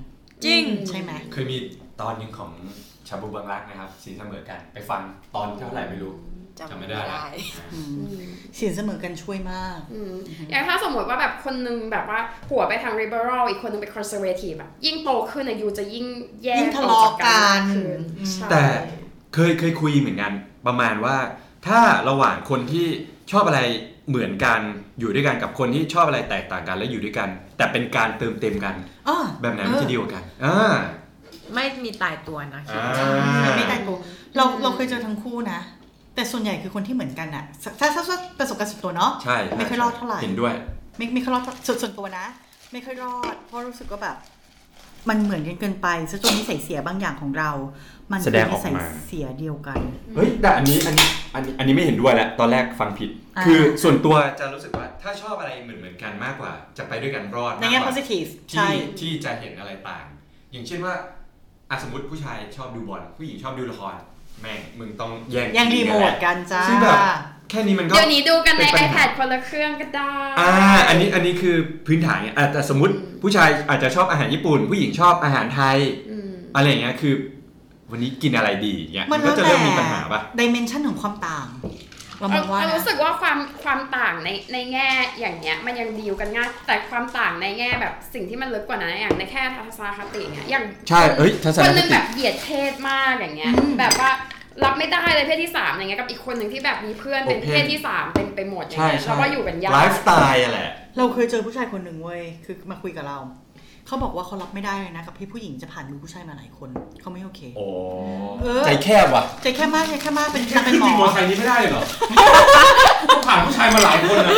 S6: จริง
S5: ใช่ไหม
S1: เคยมีตอนหนึ่งของชาบูบางรักนะครับสีเสมอกันไปฟังตอนเท่าไหร่ไม่รู้ จำไม่ได้ละ
S5: อืมศีลเสมอกันช่วยมาก
S4: อืมอย่างถ้าสมมติว่าแบบคนนึงแบบว่าหัวไปทาง liberal อีกคนนึงไป conservative อะยิ่งโตขึ้นอะยูจะยิ่งแย่
S5: ยิ่งทะเลาะกัน
S4: ต่อจากมากขึ้นใช่
S1: แต่เคยเคยคุยเหมือนกัน ประมาณว่า ถ้าระหว่างคนที่ชอบอะไรเหมือนกันอยู่ด้วยกันกับคนที่ชอบอะไรแตกต่างกันและอยู่ด้วยกัน แต่เป็นการเติมเต็มกัน
S5: อ้อ
S1: แบบไหน
S5: เอ
S1: มัน
S5: อ
S1: จะดีกว่ากันอ่า
S6: ไม่มีตายตัวนะคิด
S1: อ่า
S5: มันไม่ตายตัวเรา
S4: อืม
S5: เราเคยเจอทั้งคู่นะ แต่ส่วนใหญ่คือคนที่เหมือนกันอะถ้าถ้าถ้าประสบการณ์ส่วนตัวเนาะ
S1: ใช่ใช่
S5: ไม่ค่อยรอดเท่าไหร่
S1: เห็นด้วย
S5: ไม่ไม่ค่อยรอดส่วนส่วนตัวนะ ไม่ค่อยรอด เพราะรู้สึกว่าแบบ มันเหมือนกันเกินไปซะจนนิสัยเสียบางอย่างของเรา มัน
S1: แสดงออกมา
S5: คืนิสัยเสียเดียวกัน
S1: เฮ้ยแต่อันนี้อันนี้อันนี้อันนี้ไม่เห็นด้วยแหละตอนแรกฟังผิด
S5: อ่า
S1: คือส่วนตัวจะรู้สึกว่าถ้าชอบอะไรเหมือนเหมือนๆกันมากกว่า จะไปด้วยกันรอด
S5: ใน
S1: มาก
S5: แง่
S1: กว่า
S5: positive ใช่
S1: ที่ที่จะเห็นอะไรต่าง อย่างเช่นว่าอ่ะสมมติผู้ชายชอบดูบอล ผู้หญิงชอบดูละคร แม่งมึงต้องแย่ง
S5: ยังรีโม
S1: กันแห
S5: ท
S1: ละ
S5: กันจ้า
S1: ซึ่งแบบ แค่นี้มันก็
S4: เดี๋ยวนี้ดูกันใน
S1: เป็นปัญหา
S4: iPad คนละเครื่องก็ได้
S1: อ่า อันนี้อันนี้คือพื้นฐานไงอ่ะแต่สมมติผู้ชายอาจจะชอบอาหารญี่ปุ่น ผู้หญิงชอบอาหารไทย
S4: อืม
S1: อะไรอย่างเงี้ยคือ วันนี้กินอะไรดีอย่างเงี้ย
S5: มั
S1: มัน นก็
S5: แล้ว
S1: จะ
S5: แต่
S1: เริ่มมีปัญหาป่ะ
S5: ดิเมนชันของความต่าง เรามองว่า
S4: เอ
S5: นะ
S4: รู้สึกว่าความความต่างในในแง่อย่างเงี้ยมันยังดีลกันง่ายแต่ความต่างในแง่แบบสิ่งที่มันลึกกว่านั้นอย่างในแค่ทัศนคติเนี้ยอย่าง
S1: ใช่เอ้ยทัศนคติ
S4: คนหนึงแบบเหยียดเพศมากอย่างเงี้ย
S5: อืม
S4: แบบว่ารับไม่ได้เลยเพศที่สามอย่างเงี้ยกับอีกคนหนึ่งที่แบบมีเพื่อนเป็นเพศที่สามเป็นไปหมดอย่างเงี้ยแล้วก็อยู่กันยาก
S1: ไลฟ์สไตล์อะแหละ
S5: เราเคยเจอผู้ชายคนหนึ่งเว้ย คือมาคุยกับเรา เขาบอกว่าเขารับไม่ได้เลยนะกับที่ผู้หญิงจะผ่านมือผู้ชายมาหลายคน เขาไม่โอเค
S1: โอ้
S5: เออ
S1: ใจแคบว่ะ
S5: ใจแค่มากใจแค่มากเป็นนางเป็
S2: ขึ้น
S5: นห ม
S2: มีม
S5: อ
S2: อเตอร์ไซค์นี้ไม่ได้เลยเหรอต้องผ่านผู้ชายมาหลายคนนะ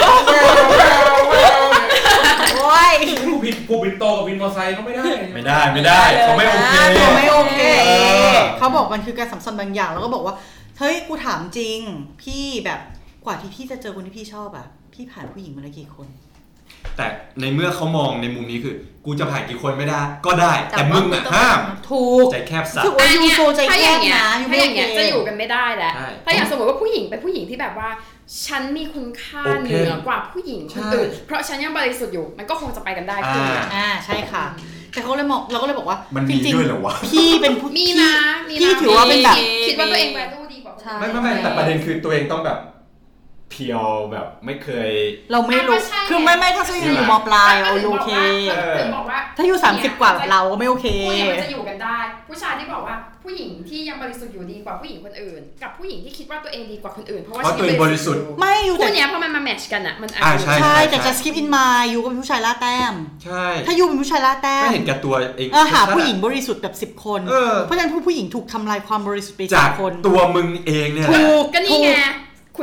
S5: โอ้ย
S2: ผู้ผิดผู้ผิดโตกับวินมอเตอร์ไซค์ก็ไม่ได้
S1: ไม่ได้ไม่ได้เขาไม่โอเค
S5: เขาไม่โอเค
S1: เออ
S5: เขาบอกมันคือการสัมพันธ์บางอย่าง แล้วก็บอกว่า เฮ้ย กูถามจริง พี่แบบกว่าที่พี่จะเจอคนที่พี่ชอบอะพี่ผ่านผู้หญิงมาแล้วกี่คน
S1: แต่ในเมื่อเขามองในมุมนี้คือ กูจะผ่านกี่คนไม่ได้ ก็ได้ แต่มึงอะห้าม
S5: ถูก
S1: ใจแคบสัต
S5: สึก
S1: ว์
S5: ว่า
S4: อัน
S5: ยู
S4: เนี้ย
S5: โซใจ
S4: ถ้า
S5: แค
S4: อย่า
S5: บ
S4: งเงี้ย
S5: นะยู
S4: ถ้า
S5: ไม่
S4: อ
S5: โอย่าง เค
S4: เงี้ยจะอยู่กันไม่ได้แหละ
S1: ใช่
S4: ถ้าอย่างสมมติว่าผู้หญิงเป็นผู้หญิงที่แบบว่า ฉันมีคุณค่า
S1: โอ
S4: เห
S1: เค
S4: นือกว่าผู้หญิงคนอื่น
S1: ใช่
S4: เพราะฉันยังบริสุทธิ์อยู่มันก็คงจะไปกันได้
S1: อ่า
S4: คือ
S5: อ่าใช่ค่ะ แต่เขาเลยมองเราก็เลยบอกว่า
S1: มันมี
S5: จริงๆ
S1: ด้วยเหรอวะ
S5: พี่เป็นผู้
S4: มี
S5: พี่
S4: นะมีนะ
S5: พี่ถือว่าเป็นแบบ
S6: มี
S4: คิดว่าตัวเอง value ดีกว่าคน
S5: ใช่
S4: อื่น
S1: ไม่ไม่ไม่แต่ประเด็นคือตัวเองต้องแบบ เพียวแบบไม่เคย
S5: เราไม่รู้
S4: อ่ะก็ใช่
S5: คือไม่ไม่ถ้าฉันอยู่มปลายเราโอเค
S4: ก็ถึงบอกว่า
S5: ถ้าอยู่ 30 กว่าแบบเราก็ไม่โอเค
S4: ผู้หญิงมันจะอยู่กันได้ ผู้ชายที่บอกว่าผู้หญิงที่ยังบริสุทธิ์อยู่ดีกว่าผู้หญิงคนอื่น กับผู้หญิงที่คิดว่าตัวเองดีกว่าคนอื่น เพราะว่า
S1: เพราะตัวเองบริสุทธิ์
S5: ไม่อยู่
S4: คู่
S5: แต่
S4: เนี้ยพอมันมาแมทช์กันอ่ะมัน
S1: อ่า
S4: ะ
S1: ใช่
S5: ใช่แต่
S1: ใช่
S5: จะ skip in มายูก็เป็นผู้ชายล่าแต้ม
S1: ใช่
S5: ถ้ายูเป็นผู้ชายล่าแต้
S1: ไม่
S5: ม
S1: เห็นแกับตัวเอง
S5: เออหา
S1: ชัดๆอะ
S5: ผู้หญิงบริสุทธิ์แบบ10 คน
S1: เออ
S5: เพราะฉะนั้นผู้ผู้หญิงถูกทำลายความบริสุทธิ์ไป
S1: จาก
S5: 10คน
S1: ตัวมึงเองเนี่ยแหละ
S5: ถูก
S4: ก็นี่
S5: ถู
S4: ไง
S5: ก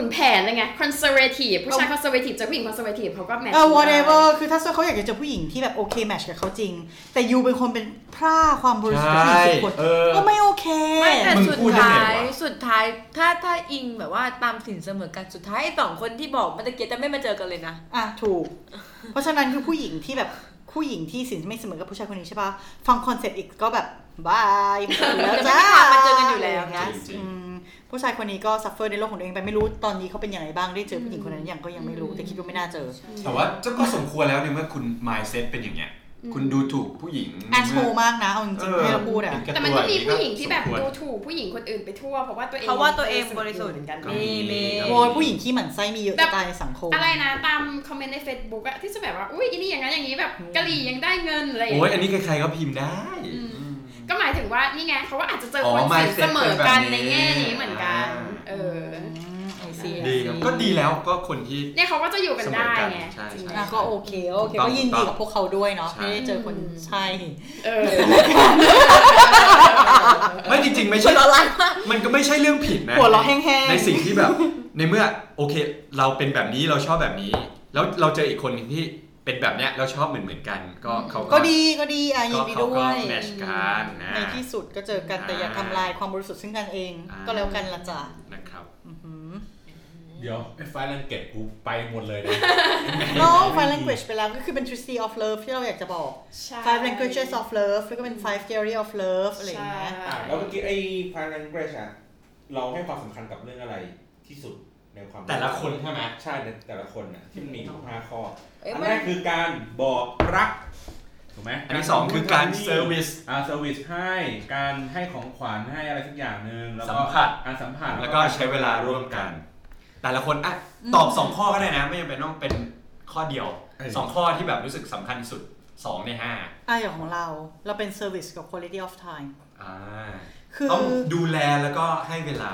S4: ขุนแผนเลยไง conservative ผู้ชาย conservative เจอผู้หญิง conservative เขาก็แมทช์
S5: เออ
S4: ได้
S5: whatever คือถ้าเขาอยากจะเจอผู้หญิงที่แบบโอเคแมทช์กับเขาจริง แต่ยูเป็นคนเป็นพร่าความบริสุทธิ์ที่
S1: ใช่
S5: สิบคน
S1: เออ
S5: ก็ไม่โอเค
S6: ไม่แต่
S1: มึง
S6: สุด
S1: พูดได้
S6: ท้ายว
S1: ไงะ
S6: สุดท้ายถ้าถ้าอิงแบบว่าตามสินเสมอกันสุดท้ายไอ้สองคนที่บอกเมันตะเกียบจะไม่มาเจอกันเลยนะ
S5: อ่ะถูก เพราะฉะนั้นคือผู้หญิงที่แบบผู้หญิงที่สินไม่เสมอกับผู้ชายคนนี้ใช่ปะฟังคอนเซปต์อีกก็แบบ บายไม่เจอแล้วจ้า
S6: ไม่เจอกันอยู่แล้วนะ
S1: จริงๆ
S5: อืมผู้ชายคนนี้ก็ซัฟเฟอร์ในโลกของตัวเองไปไม่รู้ตอนนี้เขาเป็นยังไงบ้างได้เจอผู้หญิงคนนั้นยังก็ยังไม่รู้แต่คิดว่าไม่น่าเจอ
S1: แต่ว่าเจ้าก็สมควรแล้วในเมื่อคุณ mindset เป็นอย่างเงี้ย คุณดูถูกผู้หญิง
S5: แอชโชมากนะเอาจ
S1: เอ
S5: ริง
S1: อ
S5: ๆให้เราพูดอ่ะ
S1: ปิดระ
S4: แต่มันก็มี
S1: อย่าง
S4: ผู้หญิ
S1: นี้ก็
S4: งที่แบบ
S1: สมควร
S4: ดูถูกผู้หญิงคนอื่นไปทั่ว เพราะว่าตัวเอง
S6: เพราะว่าตัวเองบริสุทธิ์
S4: เหมือนกัน
S1: ก็
S6: มีมี
S5: โวยผู้หญิงขี้หมั่นไส้มีเยอะจะตายในสังคม
S4: อะไรนะตามคอมเมนต์ใน Facebook อะที่จะแบบว่าอุ้ยอีนี่อย่างนั้นอย่างนี้แบบกะหรี่ยังได้เงินอะไรอย่าง
S1: โอ้ย
S4: เงี้ย
S1: อันนี้ใครๆก็พิมพ์ได้
S4: อืม ก็หมายถึงว่านี่ไงเขาก็อาจจะเจอ
S1: อ๋
S4: ค
S1: อ
S4: นสี
S1: mindset
S4: เสมอกัน
S1: เป็นแบบนี้
S4: ในแง่นี้เหมือนกัน
S1: อ่า
S4: เออ
S5: ไอซี
S1: ดีครับก็ดีแล้วก็คนที่
S4: เนี่ยเขาก็จะอยู่กัน
S1: เสมอ
S4: ได้
S1: กัน
S4: ไง
S1: ใช่
S4: จริง
S1: ใช่
S4: ไหม
S5: อ่ะก็โอเคโอเค ก็ยินดีกับพวกเขาด้วยเนาะ
S1: ใช่
S5: ที่ได้เจอคนใช่
S4: เออ
S1: ไม่จริงๆ ไม่
S6: ค
S1: ใช่
S6: นออนไลน์มาก
S1: มันก็ไม่ใช่เรื่องผิดนะ
S5: หัวเราะแห้งๆ
S1: ในสิ่งที่แบบ ในเมื่อโอเค เราเป็นแบบนี้เราชอบแบบนี้ แล้วเราเจออีกคนหนึ่งที่เป็นแบบเนี้ยเราชอบเหมือนเหมือนๆกัน ก็เขา
S5: ก็ดีก็ดีอ่ะยินดี
S1: ก็เขา
S5: ด้
S1: ก็
S5: วย
S1: แมทช์กันนะ
S5: ในที่สุดก็เจอกันแต่อย่าทำลายความบริสุทธิ์ซึ่งกันเอง
S1: อ่า
S5: ก็แล้วกันละจ้ะ
S1: นะครับ
S5: อื้อหือ
S2: เดี๋ยวไอ้ไฟล์รังเก็ตกูไปหมดเลยนะ
S5: น้อง five language ไปแล้วก็คือเป็น three of love ที่เราอยากจะบอก five languages of love แล้วก็เป็น five theory of love อะไรอย่างเงี้ย
S2: อ่ะแล้วเมื่อกี้ไอ้พารันเกรชอะเราให้ความสำคัญกับเรื่องอะไรที่สุดในความ
S1: แต่ละคนใช่ไหม
S2: ใช่ในแต่ละคนนะที่มันมีอยู่ห้าข้อ
S6: เอ้ย
S2: อัน
S6: มัน
S2: แรกคือการบอกรักถูกไหม
S1: อันที่สองคือการเซอร์วิส
S2: อ่าเซอร์วิสให้การให้ของขวัญให้อะไรสักอย่างหนึ่งแล้วก็
S1: สัมผัส
S2: การสัมผัส
S1: แล้วก็ใช้เวลาร่วมกัน แต่ละคนอ่ะตอบสองข้อก็ได้นะ ไม่จำเป็นต้องเป็นข้อเดียวสองข้อที่แบบรู้สึกสำคัญที่สุดสองในห้า
S5: อ่ะอย่างของเราเราเป็น service กับ quality of time
S1: อ่า
S5: คือ
S1: ต้องดูแลแล้วก็ให้เวลา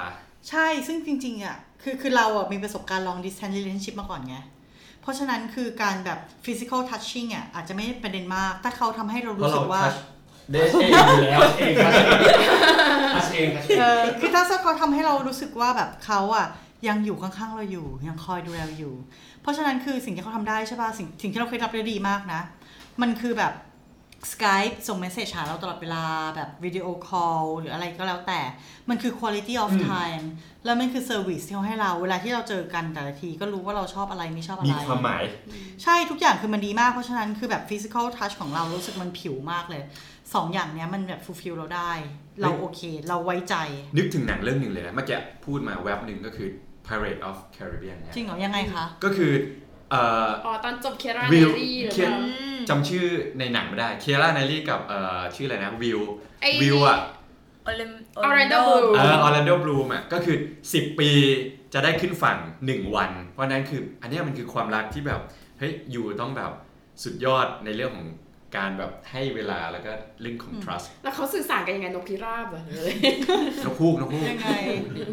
S5: ใช่ ซึ่งจริงๆอ่ะ คือคือเราอ่ะมีประสบการณ์ long distance relationship มาก่อนไง เพราะฉะนั้นคือการแบบ physical touching อ่ะอาจจะไม่ได้ประเด็นมาก ถ้าเขาทำให้เรา
S1: เพ
S5: รู้
S1: ราะ
S5: สึ
S1: เรา
S5: กว่า
S1: ทัชเดทเองอยู่แล้วเองทัชเอง
S2: ทัชเองทัชเอง
S5: เออคือถ้าเขาทำให้เรารู้สึกว่าแบบเขาอ่ะยังอยู่ข้างๆเราอยู่ ยังคอยดูแลเราอยู่ เพราะฉะนั้นคือสิ่งที่เขาทำได้ใช่ป่ะ สิ่งสิ่งที่เราเคยรับได้ดีมากนะ มันคือแบบ Skype ส่งเมสเซจหาเราตลอดเวลาแบบวิดีโอคอลหรืออะไรก็แล้วแต่ มันคือ quality of time แล้วมันคือ service ที่เขาให้เรา เวลาที่เราเจอกันแต่ละทีก็รู้ว่าเราชอบอะไรไม่ชอบอะไร
S1: มีความหมาย
S5: ใช่ทุกอย่างคือมันดีมาก เพราะฉะนั้นคือแบบ physical touch ของเรารู้สึกมันผิวมากเลยสองอย่างเนี้ยมันแบบ fulfill เราได้ เราโอเค เราไว้ใจ
S1: นึกถึงหนังเรื่องหนึ่งเลยนะเมื่อกี้พูดมาแว็บหนึ่งก็คือ Pirate of Caribbean เนี่ย
S5: จริงเหรอ ยังไงคะ
S1: ก็คือเอ่อ
S4: อ๋อตอนจบเครา
S1: วิ
S4: เน
S1: ว
S4: ลี่หรือ
S1: เค
S4: เป
S1: ย
S4: ล่า
S1: จำชื่อในหนังไม่ได้เคียร่าไนลี่กับเอ่อชื่ออะไรนะวิว
S4: ไอ้
S1: วิวอ่ะ
S6: ออเรน
S4: ออเรนโด
S1: เออออร์แลนโดบลูมอ่ะก็คือ 10 ปีจะได้ขึ้นฝั่ง 1 วัน เพราะฉะนั้นคืออันเนี้ยมันคือความรักที่แบบเฮ้ยอยู่ต้องแบบสุดยอดในเรื่องของการแบบให้เวลาแล้วก็เรื่องของ trust
S4: แล้วเขาสื่อสารกันยังไงนกพิราบเหรอหรืออะไร
S1: นกพูกนกพูก
S5: ยังไง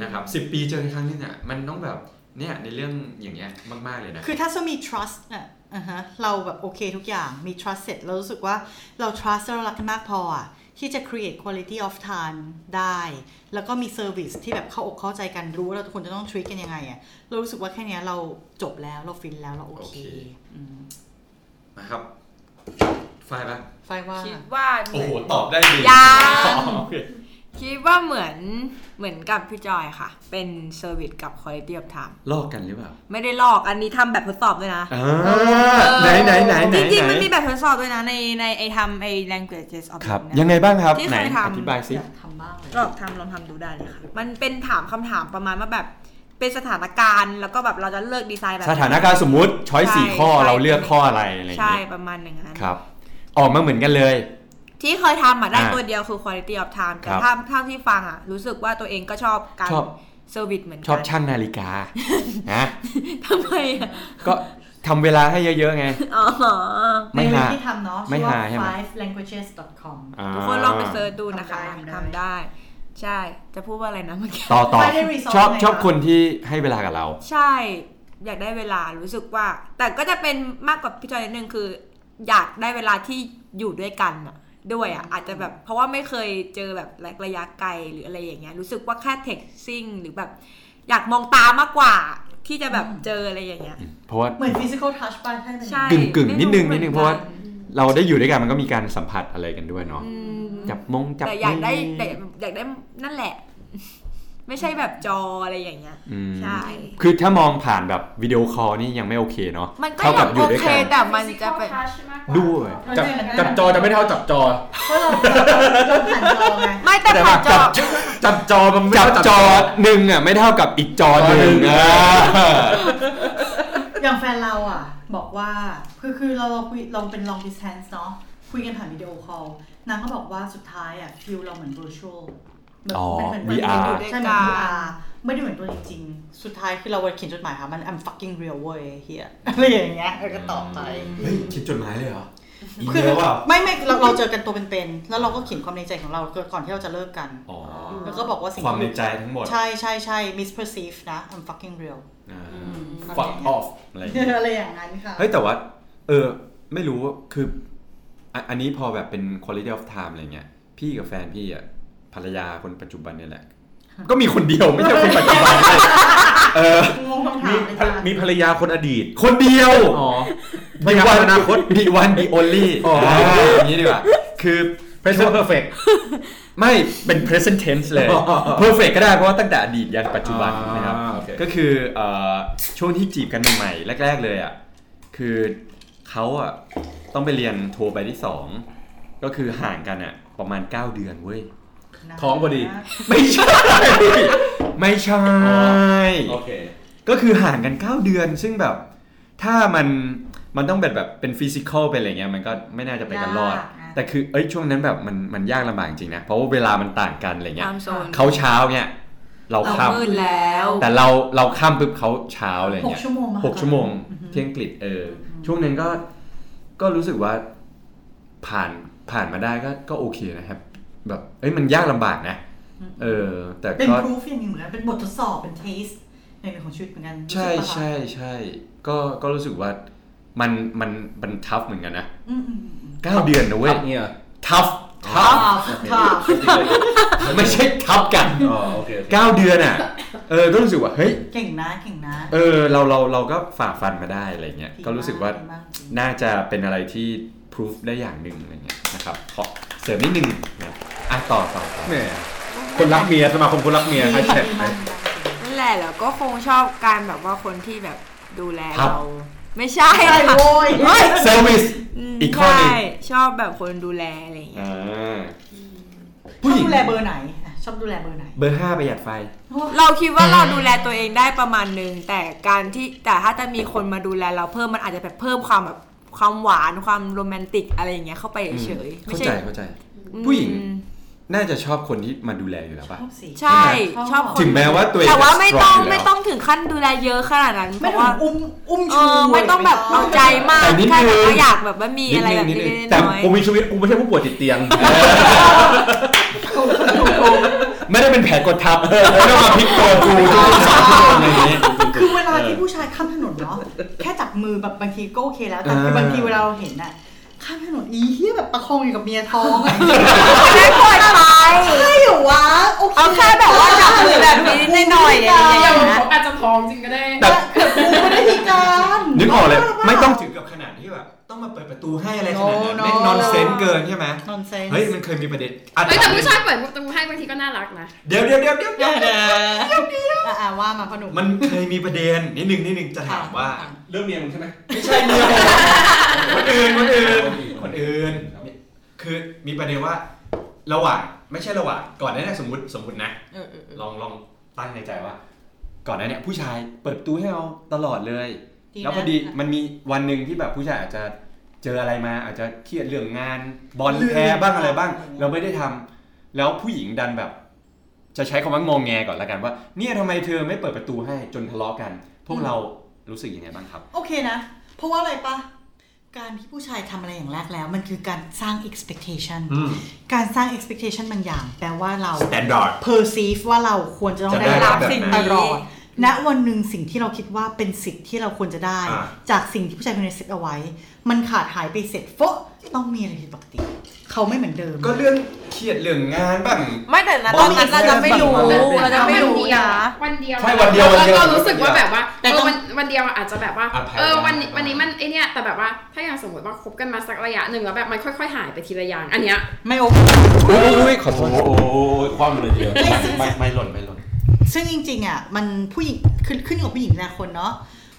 S1: นะครับสิบปีเจอกันครั้งนึงอ่ะมันต้องแบบเนี่ยในเรื่องอย่างเงี้ยมากๆเลยนะ
S5: คือถ้าสมมี trust อ่ะอ่าฮะเราแบบโอเคทุกอย่างมี trust เสร็จเรารู้สึกว่าเรา trust แล้วเรารักกันมากพออ่ะที่จะ create quality of time ได้ แล้วก็มี service ที่แบบเข้าอกเข้าใจกันรู้ว่าเราทุกคนจะต้อง treat กันยังไงอ่ะเรารู้สึกว่าแค่เนี้ยเราจบแล้วเราฟินแล้วเราโอ
S1: โอ
S5: เค
S1: เค
S5: อืม
S1: มาครับไฟล์ปะ
S5: ไฟว่า
S6: คิดว่าเห
S1: โอ้
S6: มื
S1: โห
S6: อน
S1: ตอบได้ดี
S6: ยัง
S1: อ๋อโอเค
S6: คิดว่าเหมือนเหมือนกับพี่จอยค่ะ เป็นเซอร์วิสกับ quality of time
S1: ลอกกันหรือเปล่า
S6: ไม่ได้ลอกอันนี้ทำแบบทดสอบด้วยนะ
S1: อ่า
S6: เออ
S1: ไหนไหนไหนไหน
S6: จริงๆ มันมี
S1: ไห
S6: แบบทดสอบด้วยนะในในไอทำไอ languages of
S1: นครับ
S6: Love เนี่
S1: ยั
S6: ย
S1: งไงบ้างครับ
S6: ที่
S1: ไหน
S6: เคยทำ
S1: อธิบายสิ
S5: ทำบ้างเลย
S6: ลองทำลองทำดูได้เลยค่ะ มันเป็นถามคำถามประมาณว่าแบบเป็นสถานการณ์แล้วก็แบบเราจะเลือกดีไซน์แบบ
S1: สถานการณ์สมมุติช้อยสี่ข้อเราเลือกข้ออะไรอะไรอย่าง
S6: ใช่
S1: เงี้ย
S6: ประมาณอย่างนั้น
S1: ครับ ออกมาเหมือนกันเลย
S6: ที่เคยทำอ่ะได้
S1: อ่า
S6: ตัวเดียวคือ quality of time
S1: ค
S6: แต่
S1: รับ
S6: ถ้าถ้าที่ฟังอ่ะ รู้สึกว่าตัวเองก็ชอบการ
S1: ชอบ
S6: service เหมือนกัน
S1: ชอบช่างนาฬิกานะ
S6: ทำไมอ่ะ
S1: ก็ทำเวลาให้เยอะๆไง
S6: อ๋อ
S1: ไม่หา
S5: ที่ทำเนาะ
S1: ไม่
S5: ชื่อว่า
S1: หาใช่ไหม
S5: five languages dot com
S1: อ่า
S6: ทุกคนลองไปเซิร์ชดูนะคะ
S5: ทำได้
S6: ทำได้ ใช่ จะพูดว่าอะไรนะเมื่อกี้
S1: ต่อต่อ
S5: ไม่ได้ resolve
S1: ชอบ
S5: ไง
S1: ชอบ
S5: คะ
S1: คนที่ให้เวลากับเรา
S6: ใช่ อยากได้เวลารู้สึกว่า แต่ก็จะเป็นมากกว่าพี่จอยนิดนึงคือ อยากได้เวลาที่อยู่ด้วยกันอะด้วยอะอาจจะแบบ เพราะว่าไม่เคยเจอแบบระยะไกลหรืออะไรอย่างเงี้ยรู้สึกว่าแค่เท็กซิ่งหรือแบบ อยากมองตามากกว่า ที่จะแบบเจออะไรอย่างเงี้ย
S1: เพราะว่า
S5: เหมือน physical touch ป่ะใช่ไหม
S6: ใช่
S1: กึ่งๆนิดนึงนิดนึงเพราะว่า
S6: ไม่หมือนกัน
S1: เราได้อยู่ด้วยกันมันก็มีการสัมผัสอะไรกันด้วยเนาะ
S6: อืม
S1: จับมงจับ
S6: แต่อยากได้
S1: มื
S6: แต่อยากได้นั่นแหละ ไม่ใช่แบบจออะไรอย่างเงี้ย
S1: อืม
S6: ใช่
S1: คือถ้ามองผ่านแบบวิดีโอคอลนี่ยังไม่โอเคเนาะ
S6: มันก็
S1: เท่า
S6: ยั
S1: กับ
S6: ง
S1: อ
S6: โอยู่
S1: ด้วย
S6: เค
S1: กัน
S6: แต่มันจะเป็น
S4: Physical touch มากกว่า
S1: ด้วย
S2: จับจับจอจะไม่เท่าจับจอ
S5: เพราะเราเราผ่านจอไง
S6: ไม่แต่
S1: แต่
S6: ผ่า
S1: ว่าน
S6: จ
S1: จั
S6: อ
S1: บ
S2: จับจอมันไม่
S1: จับ
S2: เท่า
S1: จอหนึ่งอ่ะไม่เท่ากับอีกจอหนึ่งอ่ะ
S5: อย่างแฟนเราอ่ะ บอกว่า คือคือเราเราคุยเราเป็น long distance เนาะ คุยกันผ่านวิดีโอคอลนางก็บอกว่าสุดท้ายอ่ะฟิลเราเหมือน virtual เหมือน
S1: อ๋อ
S5: เหมืนเหมือ
S1: VR
S5: นเหมือนอยู่ด้วยกันใช่เหมือน
S6: อ่า
S5: VR ไม่ได้เหมือนตัวจริงๆสุดท้ายคือเราเขียนจดหมายค่ะมัน I'm fucking real เว้ยเฮีย อะไรอย่างเงี้ยแล้วก็ตอบไป
S1: เฮ้ยเขียนจดหมายเลยเหรออี
S5: คื
S1: เมลเปล่า
S5: ไม่ไม่เราเราเจอกันตัวเป็นๆแล้วเราก็เขียนความในใจของเราก่อนที่เราจะเลิกกัน
S1: อ๋อ
S5: แล้วก็บอกว่าสิ่ง
S1: ความใน
S5: ที่
S1: ใจทั้งหมด
S5: ใช่ใช่ใช่ misperceive นะ I'm fucking real
S1: อ่า
S5: อืม
S1: fuck off อะไรอย่างเงี้ย
S5: อะไรอย่าง นั้นค่ะ
S1: เฮ้ย แต่ว่า เออ ไม่รู้ว่าคืออ่ะอันนี้พอแบบเป็น quality of time อะไรเงี้ย พี่กับแฟนพี่อ่ะ ภรรยาคนปัจจุบันเนี่ยแหละ ก็มีคนเดียวไม่ใช่ คนปัจจุบันเลยเออ
S5: งงคำถามเลยจ้ะ
S7: มีภรรยาคนอดีต
S1: คนเดียว
S7: อ๋อ
S1: the one อนาคต the one the only
S7: อ๋ออ่
S1: าอย่างนี้ดีกว่า คือ
S7: present perfect
S1: ไม่เป็น present tense เลย
S7: อ๋ออ๋ออ๋อ
S1: perfect ก็ได้เพราะว่าตั้งแต่อดีตยันปัจจุบันนะครับ
S7: อ่าโอเค
S1: ก็คือเอ่อช่วงที่จีบกันใหม่ๆแรก ๆ เลยอ่ะคือเขาอ่ะต้องไปเรียนโทรไปที่สองก็คือห่างกันอ่ะประมาณ 9 เดือนเว้ย
S5: นะ
S7: ท้องพอดี
S1: ไม่ใช่ ไม่ใช่
S2: โอเค
S1: ก็คือห่างกัน 9 เดือน ซึ่งแบบถ้ามันมันต้องแบบแบบเป็นฟิสิกอลไปนอะไรเงี้ยมันก็ไม่น่าจะไปกันรอด
S5: ยากนะ
S1: แต่คือเอ้ยช่วงนั้นแบบมันมันยากลำบากจริงนะเพราะว่าเวลามันต่างกันอะไรเงี้ย
S6: ตามโซน
S1: เขาเช้าเนี่ยเรา
S6: เรา
S1: ค่
S6: มืดแล้ว
S1: ำแต่เราเราค่ำปุ๊บเขาเช้าอะไร
S5: หก
S1: เงี้ย
S5: ชั่วโมงอะ
S1: หกชั่วโมง
S5: อือฮึ
S1: เที่ยงกฤษเอออช่วงนั้นก็ก็รู้สึกว่าผ่านผ่านมาได้ก็ก็โอเคนะครับ แบบเอ้ยมันยากลำบากนะ
S5: อืม
S1: เออ แต่
S5: เป็น
S1: ก็
S5: พรูฟอย่างหนึ่งเหมือนกันเป็นบททดสอบเป็นเทสอย่างหนึ่งของชีวิตเหมือนกัน
S1: ใช่
S5: รู้สึกปะคะ
S1: ใช่ใช่ก็ก็รู้สึกว่ามันมันมันทัฟเหมือนกันนะ
S5: อืมอืมอืม
S1: เก้าเดือนนะเว้ย
S7: เนี่ย
S1: ทัฟทัฟ
S5: ค่ะ
S1: ไม่ใช่ทับกัน
S7: อ๋อ โอเค
S1: เก้าเดือนอ่ะเออก็รู้สึกว่าเฮ้ย
S5: เก่งนะเก่งนะ
S1: เออเราเราเราก็ฝ่าฟันมาได้อะไรเงี้ย
S5: ดี
S1: ก็รู้สึกว่า
S5: ดีมจริง
S1: น่าจะเป็นอะไรที่พิสูจได้อย่างหนึ่งอะไรเงี้ยนะครับขอเสริมนิดนึงนะครับอ่ะต่อต่อต่อ
S7: แหมคนรักเมีย สมาคมคนรักเมียใครแท็ก
S5: ดีมากดีมากจริง
S6: นั่นแหละแล้วก็คงชอบการแบบว่าคนที่แบบดูแล
S1: ครับ
S6: เรา ไม่ใช่
S5: ไม่ใช่โว้ย
S6: เฮ้ย
S1: เซอร์วิส
S6: ม
S1: อีกข้อหนึ่ง
S6: ใช่ชอบแบบคนดูแลอะไรอย่างเงี้ย
S1: อ่า
S5: ชอบดูแลเบอร์ไหนอ่ะชอบดูแลเบอร์ไหน
S1: เบอร์ห้าประหยัดไฟ
S6: เราคิดว่าเราดูแลตัวเองได้ประมาณหนึ่งแต่การที่แต่ถ้าจะมีคนมาดูแลเราเพิ่มมันอาจจะแบบเพิ่มความแบบความหวานความโรแมนติกอะไรอย่างเงี้ยเข้าไปเฉยๆไม่
S1: เข้า
S6: ใช่
S1: ใจเข้าใจ
S6: อืม
S1: ผู้หญิง น่าจะชอบคนที่มาดูแลอยู่แล้วป่ะ
S5: ชอบสี
S6: ใช่ชอบคน
S1: ถึงแม้ว่าตัวเอง
S6: แต่ว่าไม่ต้อง
S1: จะ strong ยู่แล้ว
S6: ไม่ต้องถึงขั้นดูแลเยอะขนาดนั้นเพ
S5: ไม่
S6: ราะ
S5: ต้อ
S6: ว่าง
S5: อุ้มอุ้ม
S6: เอ
S5: ชู
S6: อไม่ต้องแบบเอาใจมาก
S1: แต่นิด
S6: แค่
S1: นึง
S6: แบบว่าอยากแบบว่ามีอะไรแบบ
S1: นิด
S6: เล็
S1: นึ
S6: ก
S1: ง
S6: ๆ
S1: แต่
S6: น้อย
S7: กูมีชีวิต กูไม่ใช่ผู้ป่วยติดเตียง
S1: ไม่ได้เป็นแผลกดทับไม่ต้องมาพลิกตัวกูทุกสามชั่วโมงอะไรอย่างงี้
S5: คือเวลาที่ผู้ชายข้ามถนนเนาะ แค่จับมือแบบบางทีก็โอเคแล้ว แต่คือ
S1: เออ
S5: บางทีเวลาเราเห็นอะข้ามถนนอีเหี้ยแบบประคองอยู่กับเมียท้องอะ
S6: ๆไม่ควรไป
S5: ใช่เหรอวะโอเค
S6: เอาแค่แบบว่าจับมือแบบนี้นิดๆหน่อยๆอะไรอย่าง
S4: เดี๋ยว
S6: เงี้ย
S4: เขาอาจจะท้องจริงก็ได้
S1: แต่
S5: แต่กูไม่ได้มีการ
S1: นึกออกเลย ไม่ต้อง
S5: ถึง
S1: ถึงกับขนาดที่แบบต้องมาเปิดประตูให้อะไรขนาดนั้น
S5: No, no.
S1: ไม่นอนเซนเกินใช่ไหม
S5: นอนเซน
S1: เฮ้ยมันเคยมีประเด็นอ่ะ
S4: เฮ้ยแต่ผู้ชายเปิดประตูให้บางทีก็น่ารักนะ
S1: เดี๋ยวเดี๋ยวเดี๋ยวเดี๋ยวเดี๋ยว
S5: อ่าว่ามาพอหนุม
S1: มันเคยมีประเด็นนิดหนึ่งนิดหนึ่งจะถามว่า
S2: เรื่องเมียมึงใช่ไหม
S1: ไม่ใช่เมียผมคนอื่นคนอื่นคนอื่นคือมีประเด็นว่า ระหว่างไม่ใช่ระหว่างก่อนหน้านี้สมมติสมมตินะ
S5: เออเออเออ
S1: ลองลองตั้งในใจว่า ก่อนหน้าเนี้ผู้ชายเปิดประตูให้เราตลอดเลย
S5: นะ
S1: แล้วพอดีมันมีวันหนึ่งที่แบบผู้ชายอาจจะเจออะไรมาอาจจะเครียดเรื่องงาน บอลแพ้บ้างอะไรบ้าง เราไม่ได้ทำแล้วผู้หญิงดันแบบ จะใช้คำว่างองแงก่อนละกันว่า เนี่ยทำไมเธอไม่เปิดประตูให้จนทะเลาะกัน พวกเรารู้สึกยังไงบ้างครับ
S5: โอเคนะ เพราะว่าอะไรปะการที่ผู้ชายทำอะไรอย่างแรกแล้ว มันคือการสร้าง expectation
S1: อืม
S5: การสร้าง expectation บางอย่าง แปลว่าเรา
S1: standard
S5: perceive ว่าเราควรจะต้อง
S1: จะได้
S5: ได้
S1: รั
S5: รั
S1: บบ แบบ
S5: สิ่ง
S1: ไหน
S5: ตลอดณวันหนึ่งสิ่งที่เราคิดว่าเป็นสิ่งที่เราควรจะได้
S1: อ่า
S5: จากสิ่งที่ผู้ชายคนนี้เซตเอาไว้ มันขาดหายไปเสร็จโฟะต้องมีอะไรผิดปกติ เขาไม่เหมือนเดิม
S1: ก็เรื่องเครียดเรื่องงานบ้าง
S6: ไม่แต่นะตอนนั้นเราจะไม่รู้เราจะไม่รู้นะ
S4: วันเดียว
S1: ใช่วันเดียววันเดียว
S4: รารู้สึกว่าแบบว่า
S5: แต่
S4: เอ
S5: ต้
S4: อ
S5: อง
S4: วันวันเดียวอาจจะแบบว่า
S1: อภัย
S4: เออ
S1: ได้
S4: วันนี้
S1: ได้
S4: วันนี้มันไอเนี่ยแต่แบบว่าถ้าอย่างสมมติว่าคบกันมาสักระยะหนึ่งแล้วแบบมันค่อยๆหายไปทีละอย่าง อันเนี้ย
S5: ไม่โอเค
S1: อุ้ยขอโทษ
S2: โอ้โหความเลยทีเดียว
S5: ไม่
S2: ไม่ไม่หล่นไม่หล่น
S5: ซึ่งจริงๆอ่ะมันผู้หญิงขึ้นขึ้นอยู่กับผู้หญิงแต่ละคนเนาะ